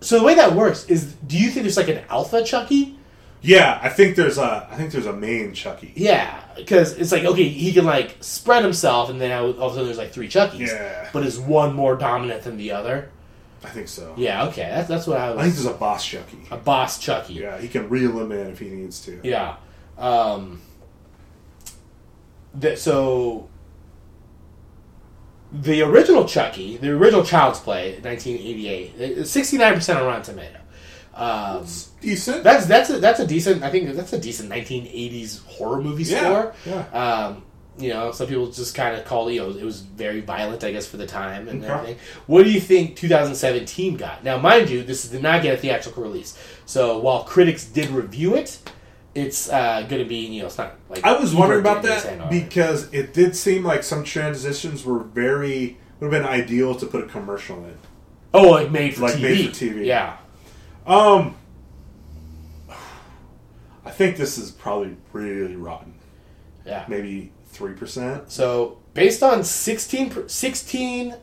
Speaker 7: So the way that works is, do you think there's like an alpha Chucky?
Speaker 8: Yeah, I think there's a I think there's a main Chucky.
Speaker 7: Yeah, because it's like okay, he can like spread himself, and then all of a sudden there's like three Chuckies.
Speaker 8: Yeah.
Speaker 7: but is one more dominant than the other?
Speaker 8: I think so.
Speaker 7: Yeah, okay, that's that's what I
Speaker 8: I think
Speaker 7: was.
Speaker 8: there's a boss Chucky.
Speaker 7: A boss Chucky.
Speaker 8: Yeah, he can reel him in if he needs to.
Speaker 7: Yeah. Um, th- so the original Chucky, the original Child's Play, 1988, 69 percent on Rotten Tomato. Um,
Speaker 8: Decent.
Speaker 7: That's that's a, that's a decent. I think that's a decent 1980s horror movie
Speaker 8: Yeah,
Speaker 7: score.
Speaker 8: yeah.
Speaker 7: Um, you know, some people just kind of call you know it was very violent, I guess, for the time and
Speaker 8: Okay.
Speaker 7: everything. What do you think 2017 got? Now, mind you, this did not get a theatrical release. So while critics did review it, it's uh, going to be you know it's not like
Speaker 8: I was wondering
Speaker 7: Ebert
Speaker 8: about
Speaker 7: did, they
Speaker 8: that
Speaker 7: said, or-
Speaker 8: because it did seem like some transitions were very would have been ideal to put a commercial in.
Speaker 7: oh, like made for
Speaker 8: Like
Speaker 7: TV.
Speaker 8: made for TV.
Speaker 7: Yeah.
Speaker 8: Um, I think this is probably really rotten.
Speaker 7: Yeah.
Speaker 8: Maybe three percent.
Speaker 7: So based on 16, per- 16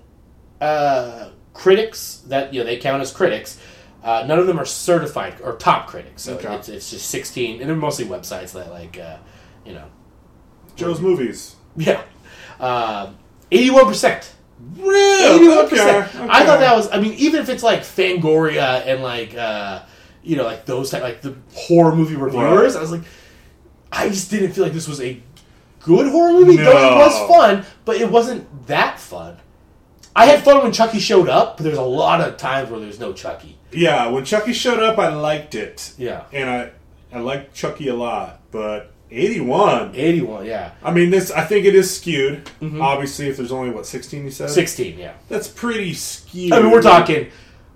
Speaker 7: uh, critics that you know they count as critics, uh, none of them are certified or top critics. So
Speaker 8: Okay.
Speaker 7: it's, it's just sixteen, and they're mostly websites that like uh, you know
Speaker 8: Joe's movies.
Speaker 7: yeah, Uh, eighty-one percent.
Speaker 8: Really?
Speaker 7: Eighty-one percent. I thought that was. I mean, even if it's like Fangoria and like uh, you know like those type, like the horror movie reviewers, I was like, I just didn't feel like this was a good horror movie. No. it
Speaker 8: No.
Speaker 7: was fun, but it wasn't that fun. I had fun when Chucky showed up, but there's a lot of times where there's no Chucky.
Speaker 8: Yeah, when Chucky showed up, I liked it.
Speaker 7: Yeah.
Speaker 8: and I I liked Chucky a lot, but eighty-one.
Speaker 7: Eighty-one, yeah,
Speaker 8: I mean, this I think it is skewed.
Speaker 7: Mm-hmm.
Speaker 8: Obviously, if there's only what sixteen, you said
Speaker 7: sixteen, yeah.
Speaker 8: That's pretty skewed.
Speaker 7: I mean, we're talking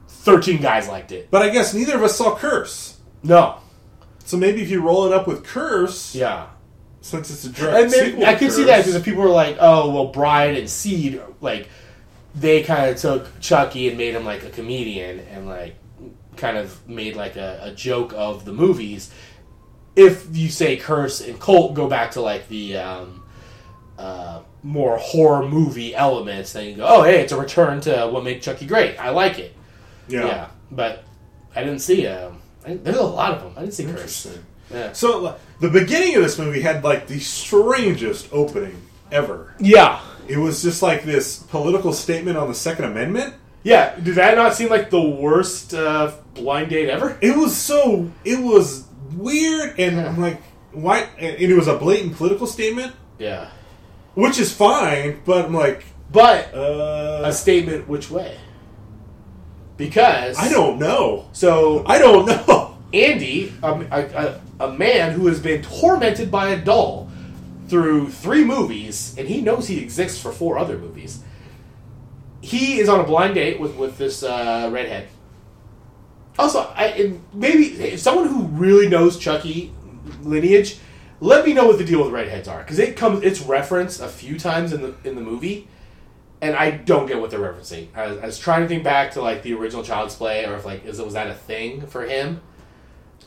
Speaker 7: 13 guys liked it.
Speaker 8: But I guess neither of us saw Curse.
Speaker 7: No.
Speaker 8: So maybe if you roll it up with Curse,
Speaker 7: Yeah.
Speaker 8: since it's a direct
Speaker 7: And maybe-
Speaker 8: sequel to
Speaker 7: I could see
Speaker 8: Curse-
Speaker 7: that because if people were like, "Oh, well, Bride and Seed, like they kind of took Chucky and made him like a comedian and like kind of made like a, a joke of the movies." If you say Curse and Cult go back to like the um, uh, more horror movie elements, then you go, "Oh, hey, it's a return to what made Chucky great. I like it."
Speaker 8: yeah.
Speaker 7: Yeah, but I didn't see. Um, I, there's a lot of them. I didn't see Curse.
Speaker 8: Interesting.
Speaker 7: Yeah.
Speaker 8: So like, the beginning of this movie had like the strangest opening ever.
Speaker 7: Yeah.
Speaker 8: It was just like this political statement on the Second Amendment.
Speaker 7: Yeah, did that not seem like the worst uh, blind date ever?
Speaker 8: It was so it was weird, and I'm like, why? And it was a blatant political statement,
Speaker 7: Yeah.
Speaker 8: which is fine, but I'm like,
Speaker 7: But a
Speaker 8: uh,
Speaker 7: statement which way? Because
Speaker 8: I don't know.
Speaker 7: So
Speaker 8: I don't know.
Speaker 7: Andy, um, a, a, a man who has been tormented by a doll through three movies, and he knows he exists for four other movies. He is on a blind date with with this uh, redhead. Also, I, and maybe if someone who really knows Chucky lineage, let me know what the deal with redheads are because it comes it's referenced a few times in the in the movie, and I don't get what they're referencing. I was, I was trying to think back to like the original Child's Play, or if like is was that a thing for him?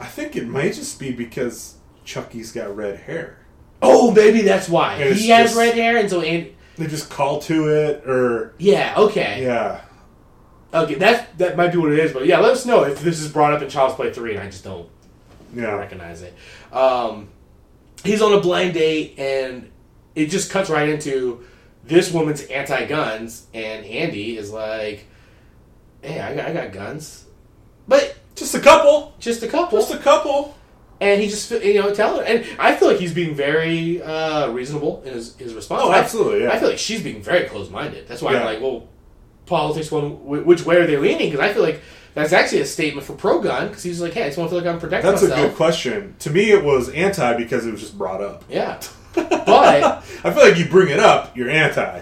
Speaker 8: I think it might just be because Chucky's got red hair.
Speaker 7: Oh, maybe that's why
Speaker 8: And it's
Speaker 7: he has
Speaker 8: just-
Speaker 7: red hair, and so and
Speaker 8: They just call to it, or
Speaker 7: yeah, okay,
Speaker 8: yeah,
Speaker 7: okay, that that might be what it is. But yeah, let us know if this is brought up in Child's Play three, and I just don't
Speaker 8: yeah.
Speaker 7: recognize it. Um, he's on a blind date, and it just cuts right into this woman's anti-guns, and Andy is like, "Hey, I got, I got guns, but
Speaker 8: Just a couple,
Speaker 7: just a couple."
Speaker 8: just a couple.
Speaker 7: and he just you know tell her, and I feel like he's being very uh, reasonable in his, his response.
Speaker 8: Oh,
Speaker 7: I-
Speaker 8: absolutely, yeah.
Speaker 7: I feel like she's being very close minded. That's why I'm
Speaker 8: Yeah.
Speaker 7: like, well, politics. One, wh- which way are they leaning? Because I feel like that's actually a statement for pro gun. Because he's like, hey, I just want to feel like I'm protecting
Speaker 8: That's a
Speaker 7: myself.
Speaker 8: good question. To me, it was anti because it was just brought up.
Speaker 7: Yeah, but
Speaker 8: I feel like you bring it up, you're anti.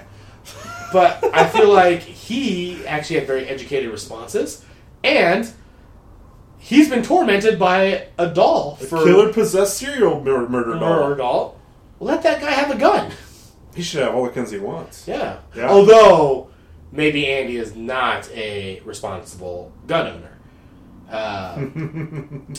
Speaker 7: but I feel like he actually had very educated responses, and he's been tormented by a doll for
Speaker 8: Killer possessed serial mur- murder
Speaker 7: murder
Speaker 8: dog.
Speaker 7: doll. Let that guy have a gun.
Speaker 8: He should have all the guns he wants.
Speaker 7: Yeah.
Speaker 8: Yeah.
Speaker 7: Although maybe Andy is not a responsible gun owner. Um,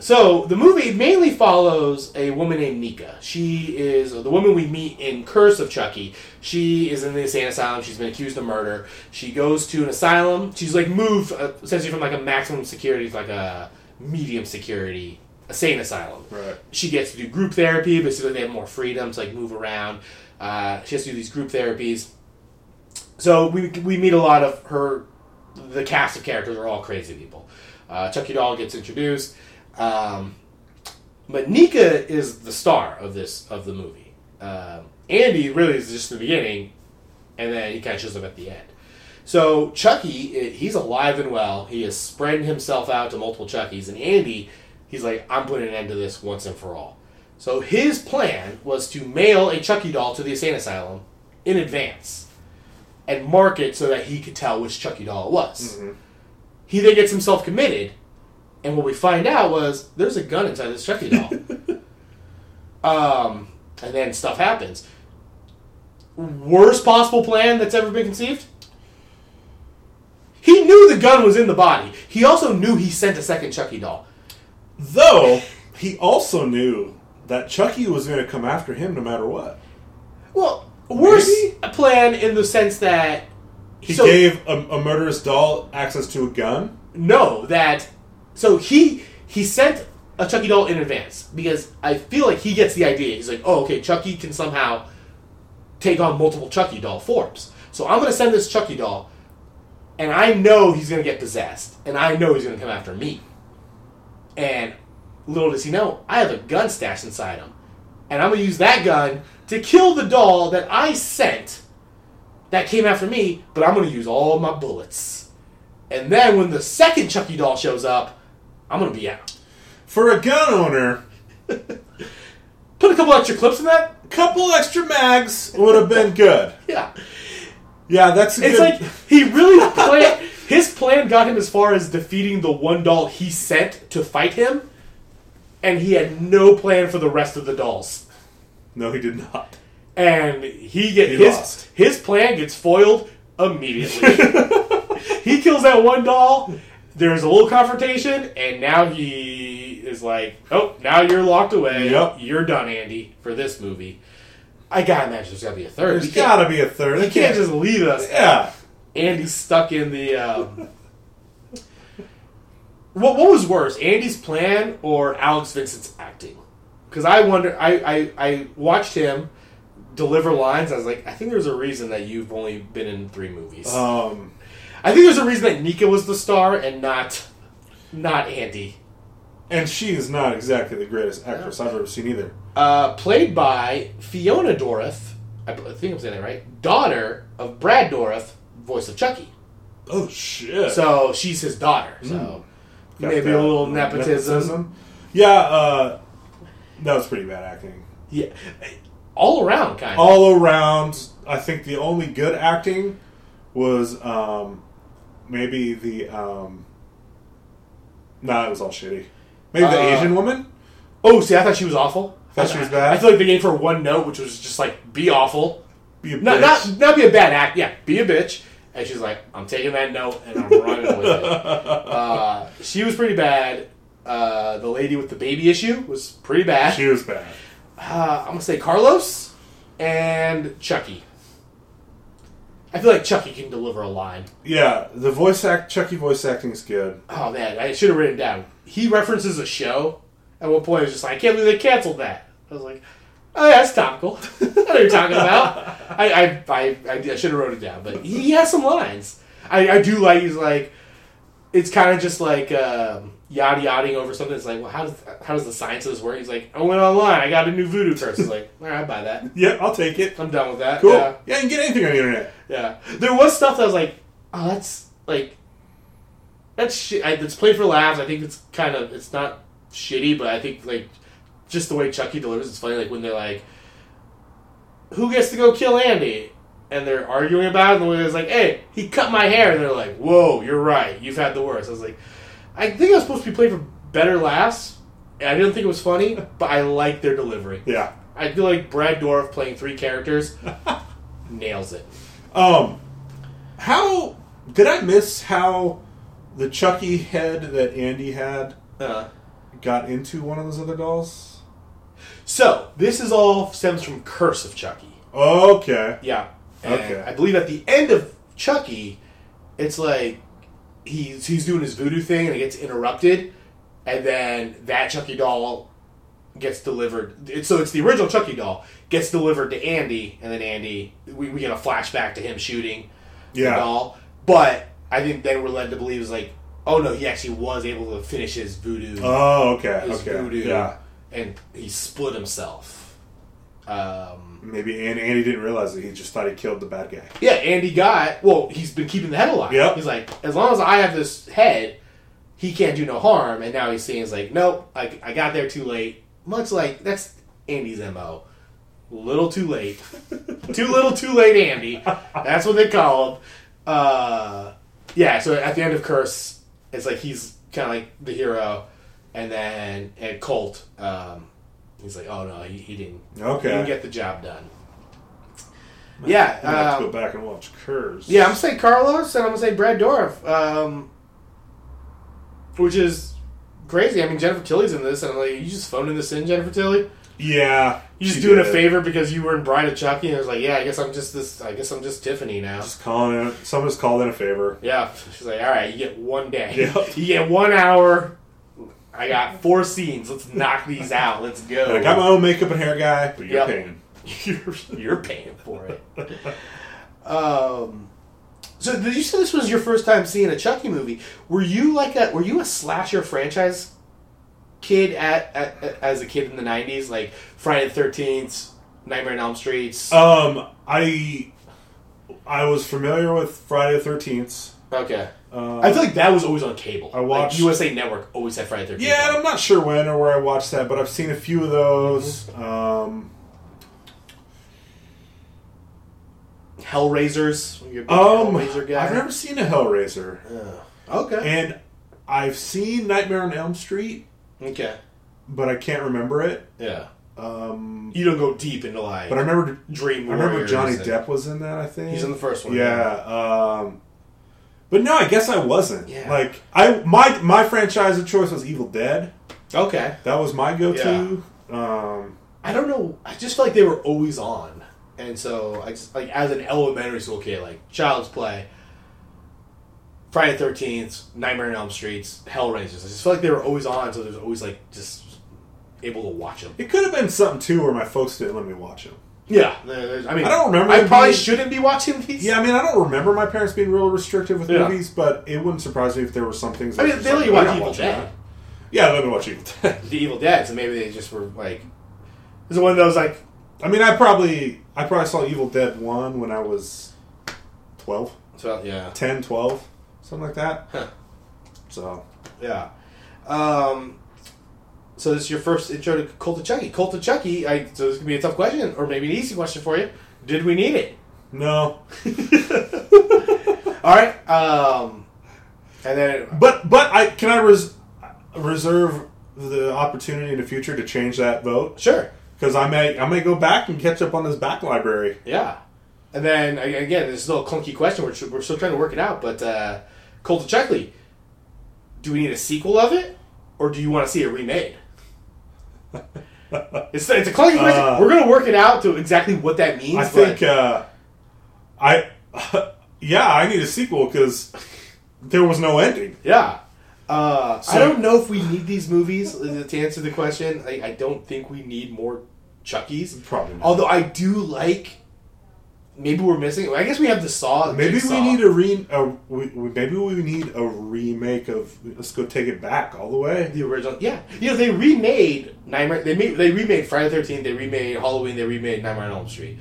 Speaker 7: so the movie mainly follows a woman named Nika. She is the woman we meet in Curse of Chucky. She is in the insane asylum. She's been accused of murder. She goes to an asylum. She's like moved uh, essentially from like a maximum security to like a medium security insane asylum
Speaker 8: Right.
Speaker 7: she gets to do group therapy, but so they have more freedom to like move around. Uh, she has to do these group therapies. So we we meet a lot of her. The cast of characters are all crazy people. Uh, Chucky Doll gets introduced, um, but Nika is the star of this of the movie. Um, Andy really is just the beginning, and then he kind of shows up at the end. So Chucky, eh, he's alive and well. He has spread himself out to multiple Chuckies, and Andy, he's like, I'm putting an end to this once and for all. So his plan was to mail a Chucky doll to the insane asylum in advance and mark it so that he could tell which Chucky doll it was.
Speaker 8: Mm-hmm.
Speaker 7: He then gets himself committed, and what we find out was there's a gun inside this Chucky doll. um, and then stuff happens. Worst possible plan that's ever been conceived? He knew the gun was in the body. He also knew he sent a second Chucky doll.
Speaker 8: Though, he also knew that Chucky was going to come after him no matter what.
Speaker 7: Well, worse
Speaker 8: Maybe?
Speaker 7: plan in the sense that
Speaker 8: He
Speaker 7: So-
Speaker 8: gave a, a murderous doll access to a gun.
Speaker 7: no, that so he he sent a Chucky doll in advance because I feel like he gets the idea. He's like, oh, okay, Chucky can somehow take on multiple Chucky doll forms. So I'm gonna send this Chucky doll, and I know he's gonna get possessed, and I know he's gonna come after me. And little does he know, I have a gun stashed inside him, and I'm gonna use that gun to kill the doll that I sent that came after me. But I'm gonna use all my bullets, and then when the second Chucky doll shows up, I'm gonna be out.
Speaker 8: For a gun owner,
Speaker 7: Put a couple extra clips in that.
Speaker 8: a couple extra mags would have been good.
Speaker 7: Yeah.
Speaker 8: Yeah, that's a
Speaker 7: It's
Speaker 8: good.
Speaker 7: like he really planned. His plan got him as far as defeating the one doll he sent to fight him, and he had no plan for the rest of the dolls.
Speaker 8: No, he did not.
Speaker 7: And he get
Speaker 8: He
Speaker 7: his
Speaker 8: lost.
Speaker 7: his plan gets foiled immediately. he kills that one doll. There's a little confrontation, and now he is like, "Oh, now you're locked away.
Speaker 8: Yep.
Speaker 7: You're done, Andy, for this movie." I gotta imagine there's gotta be a third.
Speaker 8: There's
Speaker 7: We can't-
Speaker 8: gotta be a third.
Speaker 7: You can't just leave us.
Speaker 8: Yeah.
Speaker 7: Andy's stuck in the. Um, what what was worse, Andy's plan or Alex Vincent's acting? Because I wonder. I, I I watched him deliver lines. I was like, I think there's a reason that you've only been in three movies.
Speaker 8: Um,
Speaker 7: I think there's a reason that Nika was the star and not not Andy.
Speaker 8: and she is not exactly the greatest actress I've ever seen either.
Speaker 7: Uh, played by Fiona Dorff. I b- I think I'm saying that right. Daughter of Brad Dorff, voice of Chucky.
Speaker 8: Oh shit.
Speaker 7: So she's his daughter. So
Speaker 8: Got
Speaker 7: maybe
Speaker 8: that
Speaker 7: a little nepotism.
Speaker 8: Yeah. Uh, that was pretty bad acting.
Speaker 7: Yeah, all around kind of.
Speaker 8: All around, I think the only good acting was um, maybe the um, nah, it was all shitty. Maybe the
Speaker 7: Uh,
Speaker 8: Asian woman.
Speaker 7: Oh, see, I thought she was awful.
Speaker 8: Thought she was bad?
Speaker 7: I feel like they gave her one note, which was just like be awful.
Speaker 8: Be a
Speaker 7: Not
Speaker 8: bitch.
Speaker 7: not not be a bad act. Yeah, be a bitch. And she's like, I'm taking that note and I'm running with it. Uh, she was pretty bad. Uh, the lady with the baby issue was pretty bad.
Speaker 8: She was bad.
Speaker 7: Uh, I'm gonna say Carlos and Chucky. I feel like Chucky can deliver a line.
Speaker 8: Yeah, the voice act, Chucky voice acting is good.
Speaker 7: Oh man, I should have written it down. He references a show. At one point, I was just like, I can't believe they canceled that. I was like, oh, yeah, that's topical. I know what you're talking about. I I, I, I, should have wrote it down, but he has some lines. I, I do like. He's like, it's kind of just like um, yada yadaing over something. It's like, well, how does how does the science of this work? He's like, I went online. I got a new voodoo curse. It's like, all right, I buy that.
Speaker 8: Yeah, I'll take it.
Speaker 7: I'm done with that.
Speaker 8: Cool.
Speaker 7: Yeah.
Speaker 8: Yeah. you can get anything on the internet.
Speaker 7: Yeah, there was stuff that was like, oh, that's like, that's shit. I, it's played for laughs. I think it's kind of it's not shitty, but I think like just the way Chucky delivers it's funny. Like when they're like, who gets to go kill Andy? And they're arguing about it, and the lawyer's like, hey, he cut my hair. And they're like, whoa, you're right. You've had the worst. I was like, I think it was supposed to be played for better laughs. And I didn't think it was funny, but I like their delivery.
Speaker 8: Yeah.
Speaker 7: I feel like Brad Dorff playing three characters nails it.
Speaker 8: Um, how did I miss how the Chucky head that Andy had
Speaker 7: Uh,
Speaker 8: got into one of those other dolls?
Speaker 7: So this is all stems from Curse of Chucky.
Speaker 8: Okay.
Speaker 7: Yeah. And
Speaker 8: Okay.
Speaker 7: I believe at the end of Chucky, it's like he's he's doing his voodoo thing and it gets interrupted, and then that Chucky doll gets delivered. It's, so it's the original Chucky doll gets delivered to Andy, and then Andy we, we get a flashback to him shooting the
Speaker 8: Yeah.
Speaker 7: doll. But I think they were led to believe it's like, oh no, he actually was able to finish his voodoo
Speaker 8: Oh, okay.
Speaker 7: his
Speaker 8: Okay.
Speaker 7: voodoo,
Speaker 8: Yeah.
Speaker 7: and he split himself. Um,
Speaker 8: Maybe and Andy didn't realize that he just thought he killed the bad guy.
Speaker 7: yeah, Andy got well. He's been keeping the head alive.
Speaker 8: Yep.
Speaker 7: He's like, as long as I have this head, he can't do no harm. And now he's saying, "He's like, nope, I, I got there too late." Much like that's Andy's mo. Little too late, too little, too late. Andy, that's what they call him. Uh, yeah. So at the end of Curse, it's like he's kind of like the hero, and then at Colt, um, he's like, "Oh no, he, he didn't.
Speaker 8: Okay.
Speaker 7: he didn't get the job done." Yeah,
Speaker 8: I have
Speaker 7: um,
Speaker 8: to go back and watch Curse.
Speaker 7: yeah, I'm gonna say Carlos, and I'm gonna say Brad Dorff, um, which is crazy. I mean, Jennifer Tilly's in this, and I'm like, you just phoning this in, Jennifer Tilly.
Speaker 8: Yeah.
Speaker 7: You just
Speaker 8: she
Speaker 7: doing a
Speaker 8: did.
Speaker 7: favor because you were in Bride of Chucky, and I was like, yeah, I guess I'm just this. I guess I'm just Tiffany now.
Speaker 8: Just calling in. Someone's called in a favor.
Speaker 7: Yeah, she's like, all right, you get one day,
Speaker 8: Yep.
Speaker 7: you get one hour. I got four scenes. Let's knock these out. Let's go.
Speaker 8: And I got my own makeup and hair guy, but
Speaker 7: Yep.
Speaker 8: you're paying.
Speaker 7: you're, you're paying for it. um, so did you say this was your first time seeing a Chucky movie? Were you like a were you a slasher franchise kid at, at, at- as a kid in the nineties, like Friday the Thirteenth, Nightmare on Elm Street?
Speaker 8: Um, I I was familiar with Friday the Thirteenth. Um,
Speaker 7: okay, I feel like that was always on cable.
Speaker 8: uh, I watched-
Speaker 7: like, USA Network always had Friday the Thirteenth.
Speaker 8: Yeah, and I'm not sure when or where I watched that, but I've seen a few of
Speaker 7: Mm-hmm.
Speaker 8: those. Um,
Speaker 7: Hellraisers. When you're a big
Speaker 8: Um,
Speaker 7: Hellraiser guy.
Speaker 8: I've never seen a Hellraiser,
Speaker 7: Okay.
Speaker 8: and I've seen Nightmare on Elm Street,
Speaker 7: okay.
Speaker 8: but I can't remember it.
Speaker 7: Yeah. Um, you don't go deep into like.
Speaker 8: But I remember
Speaker 7: Dream.
Speaker 8: I remember
Speaker 7: Warriors
Speaker 8: Johnny
Speaker 7: and-
Speaker 8: Depp was in that. I think
Speaker 7: He's in the first one,
Speaker 8: Yeah. Um, but no, I guess I wasn't.
Speaker 7: Yeah.
Speaker 8: Like I my my franchise of choice was Evil Dead.
Speaker 7: Okay.
Speaker 8: That was my go-to. Um,
Speaker 7: I don't know. I just feel like they were always on, and so I just like as an elementary school kid, like Child's Play, Friday Thirteenth, Nightmare on Elm Streets, Hellraisers. I just feel like they were always on, so there's always like just able to watch them.
Speaker 8: it could have been something too where my folks didn't let me watch them.
Speaker 7: Yeah, there- there's- I mean,
Speaker 8: I don't remember
Speaker 7: I
Speaker 8: them
Speaker 7: probably
Speaker 8: being-
Speaker 7: shouldn't be watching these.
Speaker 8: Yeah, I mean, I don't remember my parents being real restrictive with
Speaker 7: Yeah.
Speaker 8: movies, but it wouldn't surprise me if there were some things.
Speaker 7: I
Speaker 8: that
Speaker 7: mean,
Speaker 8: was
Speaker 7: they
Speaker 8: like,
Speaker 7: let you
Speaker 8: "We're
Speaker 7: watch
Speaker 8: not
Speaker 7: Evil
Speaker 8: watching
Speaker 7: Dead,
Speaker 8: that." Yeah, let me watch Evil Dead.
Speaker 7: the Evil Dead, so maybe they just were like, this is one of those like,
Speaker 8: I mean, I probably I probably saw Evil Dead one when I was 12,
Speaker 7: so, yeah,
Speaker 8: 10, 12, something like that.
Speaker 7: Huh.
Speaker 8: So
Speaker 7: Yeah. Um, so this is your first intro to Cult of Chucky. Cult of Chucky. I, so this could be a tough question, or maybe an easy question for you. Did we need it?
Speaker 8: no,
Speaker 7: All right. Um, and then
Speaker 8: but but I can I res- reserve the opportunity in the future to change that vote
Speaker 7: sure.
Speaker 8: because I may I may go back and catch up on this back library.
Speaker 7: Yeah. And then a- again, this is a little clunky question. We're, tr- we're still trying to work it out. But uh, Cult of Chucky. Do we need a sequel of it, or do you want to see it remade? It's, it's a clunky question.
Speaker 8: Uh,
Speaker 7: We're gonna work it out to exactly what that means.
Speaker 8: I
Speaker 7: but-
Speaker 8: think uh, I yeah I need a sequel because there was no ending.
Speaker 7: Yeah. Uh, I don't know if we need these movies uh, to answer the question. I, I don't think we need more Chuckies.
Speaker 8: Probably not.
Speaker 7: Although I do like. Maybe we're missing. I guess we have the Saw.
Speaker 8: Maybe we
Speaker 7: Jigsaw.
Speaker 8: need a re a, we, we- maybe we need a remake of let's go take it back all the way.
Speaker 7: the original. Yeah, you know they remade Nightmare. They made, they remade Friday Thirteenth. They remade Halloween. They remade Nightmare on Elm Street.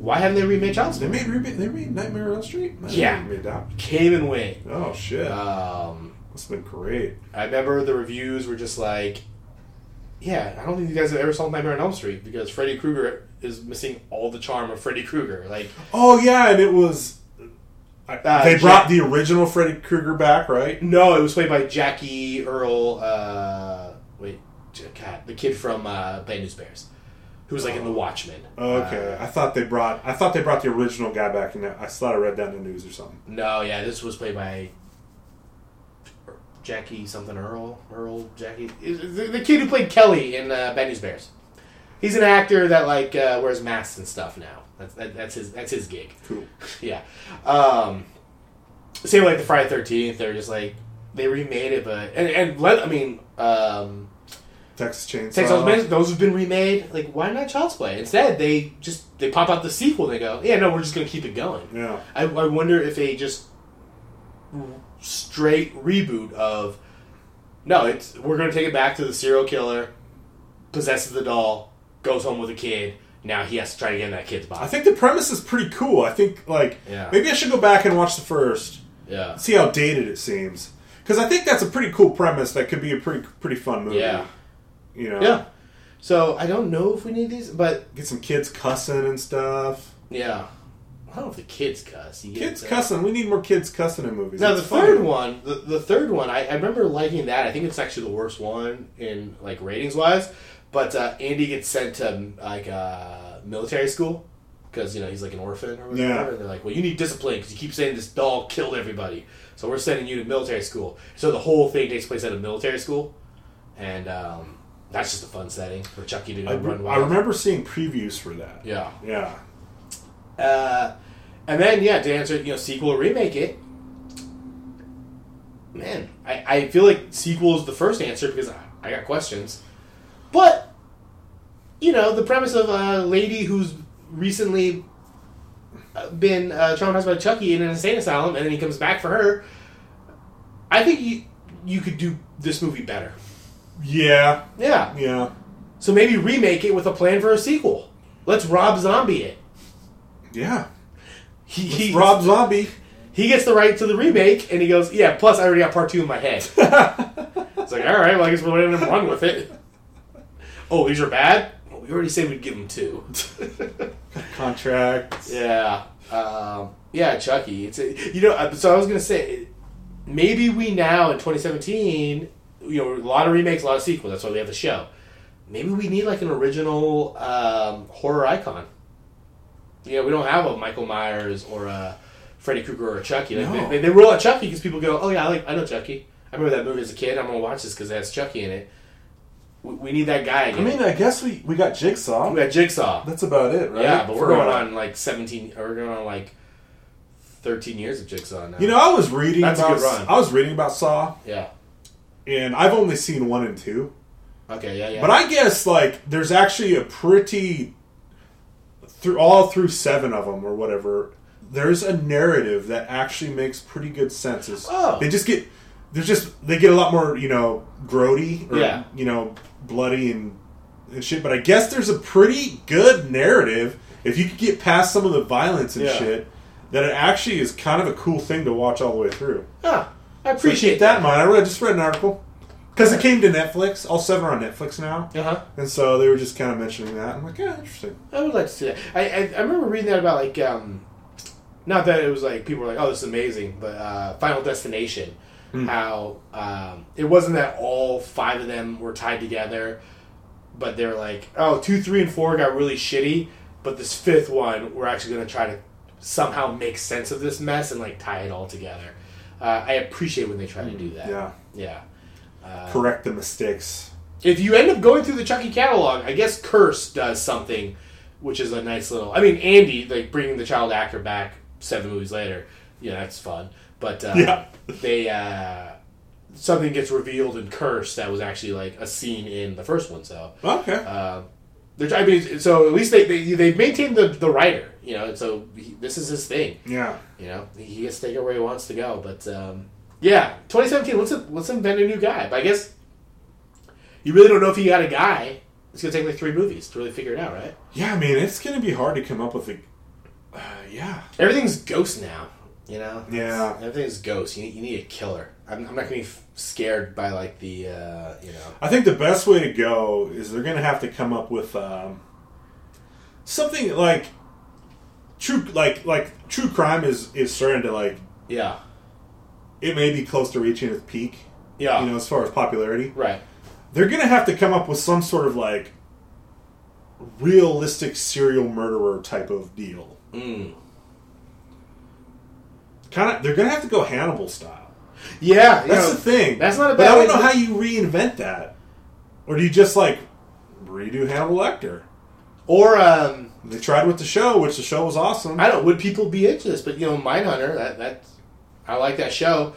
Speaker 7: Why haven't they remade Child's
Speaker 8: They
Speaker 7: Play?
Speaker 8: made re- they made Nightmare on Elm Street. Nightmare
Speaker 7: Yeah.
Speaker 8: made that.
Speaker 7: Came and went.
Speaker 8: Oh shit,
Speaker 7: Um,
Speaker 8: that's been great.
Speaker 7: I remember the reviews were just like, yeah, I don't think you guys have ever saw Nightmare on Elm Street because Freddy Krueger is missing all the charm of Freddy Krueger. Like,
Speaker 8: Oh yeah, and it was I-
Speaker 7: Uh, Mm-hmm.
Speaker 8: they brought
Speaker 7: Jack-
Speaker 8: the original Freddy Krueger back, right?
Speaker 7: no, it was played by Jackie Earl. Uh, wait, J- God, the kid from uh, Bad News Bears, who was like in The Watchmen. Uh,
Speaker 8: Okay, I thought they brought I thought they brought the original guy back, and I thought I read that in the news or something.
Speaker 7: No, yeah, this was played by Jackie something Earl. Earl Jackie, the the kid who played Kelly in uh, Bad News Bears. He's an actor that like uh, wears masks and stuff now. That's that, that's his that's his gig.
Speaker 8: Cool.
Speaker 7: yeah. Um, same like the Friday Thirteenth. They're just like they remade it, but and and let I mean. Um,
Speaker 8: Texas Chainsaw.
Speaker 7: Texas Chainsaw those have been remade. Like, why not Child's Play? Instead, they just they pop out the sequel. and They go, yeah, no, we're just gonna keep it going.
Speaker 8: Yeah.
Speaker 7: I, I wonder if a just straight reboot of no, it's we're gonna take it back to the serial killer, possesses the doll, goes home with a kid. Now he has to try to get in that kid's
Speaker 8: I
Speaker 7: body.
Speaker 8: think the premise is pretty cool. I think like
Speaker 7: Yeah.
Speaker 8: maybe I should go back and watch the first.
Speaker 7: Yeah,
Speaker 8: see how dated it seems. Because I think that's a pretty cool premise. That could be a pretty pretty fun movie.
Speaker 7: Yeah.
Speaker 8: You know.
Speaker 7: yeah. So I don't know if we need these, but
Speaker 8: Get some kids cussing and stuff.
Speaker 7: yeah, I don't know if the kids cuss. You get,
Speaker 8: Kids
Speaker 7: uh,
Speaker 8: cussing. We need more kids cussing in movies.
Speaker 7: Now
Speaker 8: It's
Speaker 7: the third
Speaker 8: funny.
Speaker 7: one, the, the third one, I, I remember liking that. I think it's actually the worst one in like ratings wise. But uh, Andy gets sent to like uh, military school because you know he's like an orphan or whatever.
Speaker 8: Yeah.
Speaker 7: And they're like, well, you need discipline because you keep saying this doll killed everybody, so we're sending you to military school. So the whole thing takes place at a military school, and um, that's just a fun setting for Chucky to go
Speaker 8: I,
Speaker 7: run
Speaker 8: re- I
Speaker 7: wild.
Speaker 8: remember seeing previews for that.
Speaker 7: Yeah.
Speaker 8: Yeah.
Speaker 7: Uh, and then yeah, to answer you know sequel or remake it. Man, I, I feel like sequel is the first answer because I, I got questions, but you know the premise of a lady who's recently uh, been uh, traumatized by Chucky in an insane asylum, and then he comes back for her. I think you you could do this movie better.
Speaker 8: Yeah.
Speaker 7: Yeah,
Speaker 8: Yeah.
Speaker 7: so maybe remake it with a plan for a sequel. Let's Rob Zombie it.
Speaker 8: Yeah.
Speaker 7: He, he-
Speaker 8: Rob Zombie.
Speaker 7: He gets the right to the remake, and he goes, "Yeah." Plus, I already got part two in my head. it's like, all right, well, I guess we're letting him run with it. Oh, these are bad. Well, We already said we'd give him two.
Speaker 8: Contracts.
Speaker 7: Yeah. Um, yeah, Chucky. It's a, you know. uh, So I was gonna say, maybe we now in 2017, you know, a lot of remakes, a lot of sequels. That's why we have the show. Maybe we need like an original um, horror icon. Yeah, we don't have a Michael Myers or a Freddy Krueger or a Chucky. Like,
Speaker 8: No.
Speaker 7: they, they rule out Chucky because people go, "Oh yeah, I like I know Chucky. I remember that movie as a kid. I'm gonna watch this because it has Chucky in it." We, we need that guy
Speaker 8: I
Speaker 7: again.
Speaker 8: mean, I guess we, we got Jigsaw.
Speaker 7: we got Jigsaw.
Speaker 8: That's about it, right?
Speaker 7: Yeah, but we're
Speaker 8: For-
Speaker 7: going on like seventeen. Or we're going on like thirteen years of Jigsaw now.
Speaker 8: You know, I was reading.
Speaker 7: That's a
Speaker 8: about,
Speaker 7: good run.
Speaker 8: I was reading about Saw,
Speaker 7: Yeah.
Speaker 8: and I've only seen one and two.
Speaker 7: Okay. Yeah. Yeah.
Speaker 8: But I guess like there's actually a pretty through all through seven of them or whatever. There's a narrative that actually makes pretty good sense. It's-
Speaker 7: Oh.
Speaker 8: They just get they're just they get a lot more you know grody or
Speaker 7: Yeah.
Speaker 8: you know bloody and and shit. But I guess there's a pretty good narrative if you could get past some of the violence and
Speaker 7: Yeah.
Speaker 8: shit. That it actually is kind of a cool thing to watch all the way through.
Speaker 7: Huh, I appreciate
Speaker 8: Keep that in
Speaker 7: that.
Speaker 8: mind. I read, just read an article because it came to Netflix. All seven are on Netflix now.
Speaker 7: Uh huh.
Speaker 8: And so they were just kind of mentioning that. I'm like, yeah, interesting.
Speaker 7: I would like to see that. I, I I remember reading that about like um, not that it was like people were like, oh, this is amazing, but uh, Final Destination, how um, it wasn't that all five of them were tied together, but they were like, oh, two, three, and four got really shitty, but this fifth one, we're actually going to try to somehow make sense of this mess and like tie it all together. Uh, I appreciate when they try to do that.
Speaker 8: Yeah.
Speaker 7: Yeah.
Speaker 8: Correct the mistakes.
Speaker 7: if you end up going through the Chucky catalog, I guess Curse does something, which is a nice little. I mean, Andy like bringing the child actor back seven movies later. Yeah, that's fun. But uh,
Speaker 8: Yeah.
Speaker 7: they uh, something gets revealed in Curse that was actually like a scene in the first one. So
Speaker 8: Okay.
Speaker 7: they're trying. I mean, so at least they they they maintained the the writer. You know, and so he, this is his thing.
Speaker 8: yeah.
Speaker 7: You know, he gets to go where he wants to go. But um, yeah, 2017. Let's let's invent a new guy. But I guess you really don't know if you got a guy. It's gonna take like three movies to really figure it out, right?
Speaker 8: Yeah, I mean, it's going to be hard to come up with a. Uh, yeah.
Speaker 7: Everything's ghost now. You know.
Speaker 8: Yeah.
Speaker 7: Everything's ghost. You need, you need a killer. I'm, I'm not gonna be f- scared by like the uh, you know.
Speaker 8: I think the best way to go is they're going to have to come up with um, something like true like like true crime is is starting to like
Speaker 7: Yeah.
Speaker 8: it may be close to reaching its peak
Speaker 7: Yeah.
Speaker 8: you know as far as popularity
Speaker 7: Right.
Speaker 8: they're gonna have to come up with some sort of like realistic serial murderer type of deal. Kind of, they're gonna have to go Hannibal style.
Speaker 7: Yeah. you
Speaker 8: That's
Speaker 7: know,
Speaker 8: the thing.
Speaker 7: That's not a bad.
Speaker 8: But I don't
Speaker 7: way
Speaker 8: know
Speaker 7: to-
Speaker 8: how you reinvent that, or do you just like redo Hannibal Lecter?
Speaker 7: Or um,
Speaker 8: They tried with the show, which the show was awesome.
Speaker 7: I don't. Would people be into this? But you know, Mindhunter. That that I like that show.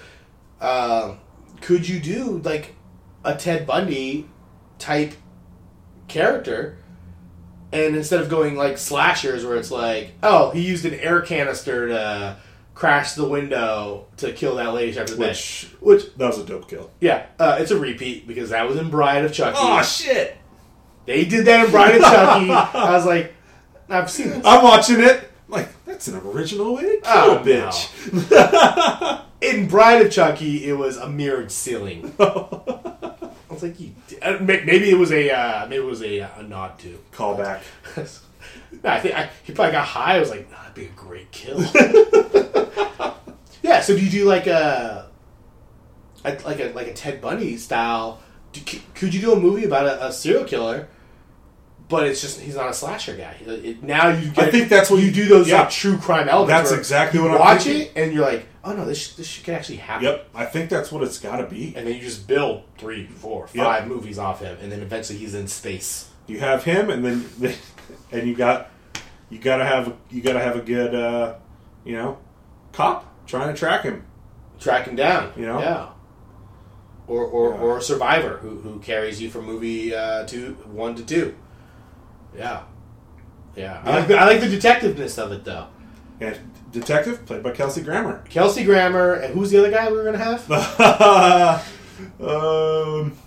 Speaker 7: Uh, could you do like a Ted Bundy type character? And instead of going like slashers, where it's like, oh, he used an air canister to crash the window to kill that lady after the
Speaker 8: Which-
Speaker 7: bed. Which,
Speaker 8: that was a dope kill.
Speaker 7: yeah, uh, it's a repeat because that was in Bride of Chucky.
Speaker 8: Oh, shit!
Speaker 7: they did that in Bride of Chucky. I was like, I've seen this.
Speaker 8: I'm watching it. like that's an original way to kill
Speaker 7: Oh,
Speaker 8: a bitch.
Speaker 7: in Bride of Chucky, it was a mirrored ceiling. I was like, you di- uh, may- maybe it was a uh, maybe it was a, uh, a nod to.
Speaker 8: Call back.
Speaker 7: no, I think I, he probably got high. I was like, nah, that'd be a great kill. yeah. So do you do like a, a like a like a Ted Bundy style? Do, c- could you do a movie about a, a serial killer? But it's just he's not a slasher guy. It- it- now you get
Speaker 8: I think that's what
Speaker 7: you
Speaker 8: you-
Speaker 7: do those
Speaker 8: yeah.
Speaker 7: like true crime elements.
Speaker 8: That's
Speaker 7: where
Speaker 8: exactly
Speaker 7: you
Speaker 8: what I'm
Speaker 7: watch
Speaker 8: thinking.
Speaker 7: it and you're like, oh no, this sh- this shit could actually happen
Speaker 8: Yep, I think that's what it's got to be.
Speaker 7: and then you just build three, four, five
Speaker 8: Yep.
Speaker 7: movies off him, and then eventually he's in space.
Speaker 8: You have him, and then and you got you gotta have you gotta have a good uh, you know cop trying to track him.
Speaker 7: Track him down.
Speaker 8: You know?
Speaker 7: Yeah. Or or, or a survivor who, who carries you from movie uh, two one to two. Yeah. Yeah. I like the, I like the detectiveness of it though.
Speaker 8: And detective played by Kelsey Grammer.
Speaker 7: Kelsey Grammer and who's the other guy we were gonna have?
Speaker 8: um,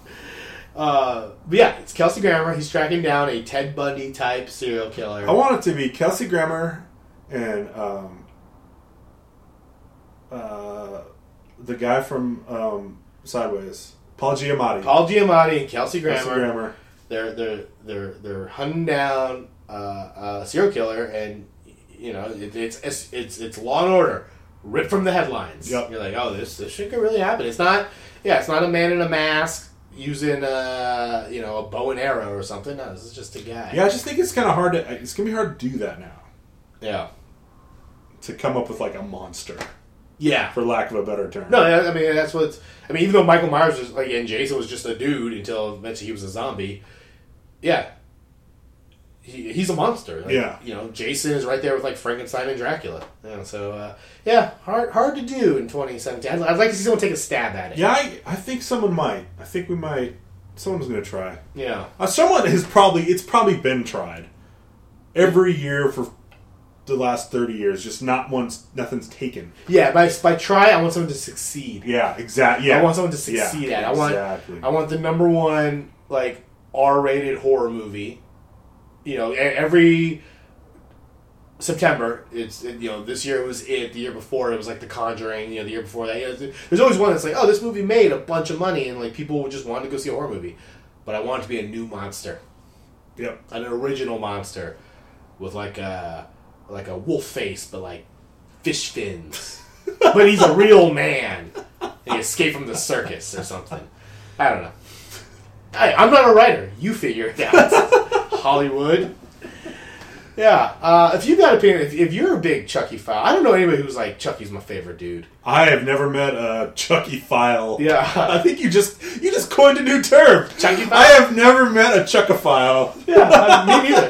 Speaker 7: uh, but yeah, it's Kelsey Grammer. He's tracking down a Ted Bundy type serial killer.
Speaker 8: I want it to be Kelsey Grammer and um, uh, the guy from um, Sideways, Paul Giamatti.
Speaker 7: Paul Giamatti and Kelsey Grammer.
Speaker 8: Kelsey Grammer.
Speaker 7: they're they're they're they're hunting down uh, a serial killer, and you know it, it's it's it's it's Law and Order, ripped from the headlines.
Speaker 8: Yep.
Speaker 7: You're like, oh, this this shit could really happen. It's not, yeah, it's not a man in a mask using uh you know a bow and arrow or something. No, this is just a guy.
Speaker 8: Yeah, I just think it's kind of hard to. It's gonna be hard to do that now.
Speaker 7: Yeah.
Speaker 8: To come up with like a monster,
Speaker 7: Yeah.
Speaker 8: for lack of a better term.
Speaker 7: No, I I mean that's what. I mean, even though Michael Myers was like, and Jason was just a dude until eventually he was a zombie. Yeah, he, he's a monster. Like,
Speaker 8: Yeah.
Speaker 7: you know, Jason is right there with like Frankenstein and Dracula. You know, so uh, yeah, hard hard to do in 2017. I'd, I'd like to see someone take a stab at it.
Speaker 8: Yeah, I, I think someone might. I think we might. Someone's gonna try.
Speaker 7: yeah,
Speaker 8: Uh, someone has probably. It's probably been tried every year for the last thirty years. Just not once. Nothing's taken.
Speaker 7: yeah. By by try, I want someone to succeed.
Speaker 8: Yeah, exactly. Yeah,
Speaker 7: I want someone to succeed
Speaker 8: Yeah,
Speaker 7: at. I want
Speaker 8: exactly.
Speaker 7: I want the number one like R-rated horror movie. You know, e- every September, it's it- you know this year it was it. The year before it was like The Conjuring. You know, the year before that, you know, th- there's always one that's like, oh, this movie made a bunch of money and like people just wanted to go see a horror movie. But I want it to be a new monster,
Speaker 8: Yep.
Speaker 7: an original monster, with like a like a wolf face, but like fish fins. but he's a real man. And he escaped from the circus or something. I don't know. I, I'm not a writer. You figure it out. Hollywood. Yeah. Uh, if you got a opinion, if, if you're a big Chucky fan, I don't know anybody who's like Chucky's my favorite dude.
Speaker 8: I have never met a Chucky file.
Speaker 7: Yeah.
Speaker 8: I think you just you just coined a new term.
Speaker 7: Chucky file?
Speaker 8: I have never met a Chuckophile.
Speaker 7: Yeah, I- me neither.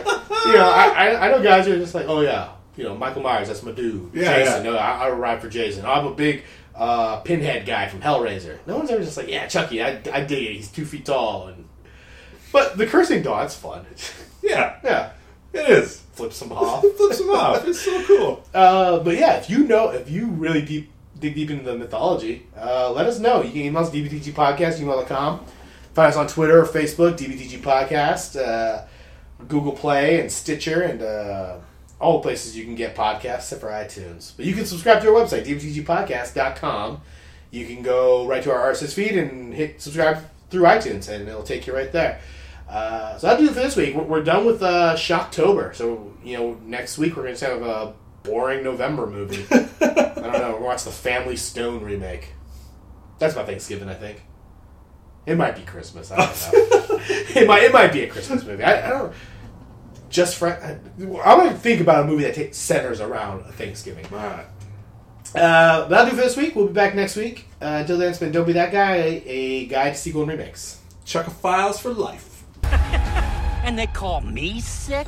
Speaker 7: You know, I, I, I know guys who are just like, oh yeah, you know, Michael Myers, that's my dude.
Speaker 8: Yeah,
Speaker 7: Jason,
Speaker 8: yeah.
Speaker 7: no, I, I ride for Jason. Oh, I'm a big uh, pinhead guy from Hellraiser. No one's ever just like, yeah, Chucky, I, I dig it. He's two feet tall, and but the cursing dog, that's fun.
Speaker 8: Yeah,
Speaker 7: yeah,
Speaker 8: it is.
Speaker 7: flips them off.
Speaker 8: It flips him off. It's so cool.
Speaker 7: Uh, but yeah, if you know, if you really deep dig deep into the mythology, uh, let us know. You can email us dbtgpodcast gmail.com. Find us on Twitter or Facebook, dbtg podcast, uh, Google Play and Stitcher and uh, all the places you can get podcasts except for iTunes. But you can subscribe to our website, dbtgpodcast.com. You can go right to our RSS feed and hit subscribe through iTunes, and it'll take you right there. Uh, so that'll do it for this week. We're, we're done with uh, Shocktober, so you know next week we're going to have a boring November movie. I don't know. We'll watch the Family Stone remake. That's my Thanksgiving, I think. It might be Christmas. I don't know. it might. It might be a Christmas movie. I, I don't. Just for I, I want to think about a movie that takes centers around Thanksgiving.
Speaker 8: All right.
Speaker 7: Uh, that'll do for this week. We'll be back next week. Uh, until then, it's been Don't Be That Guy, a, a guide to sequel and remix.
Speaker 8: Chuckophiles for life.
Speaker 3: And they call me sick?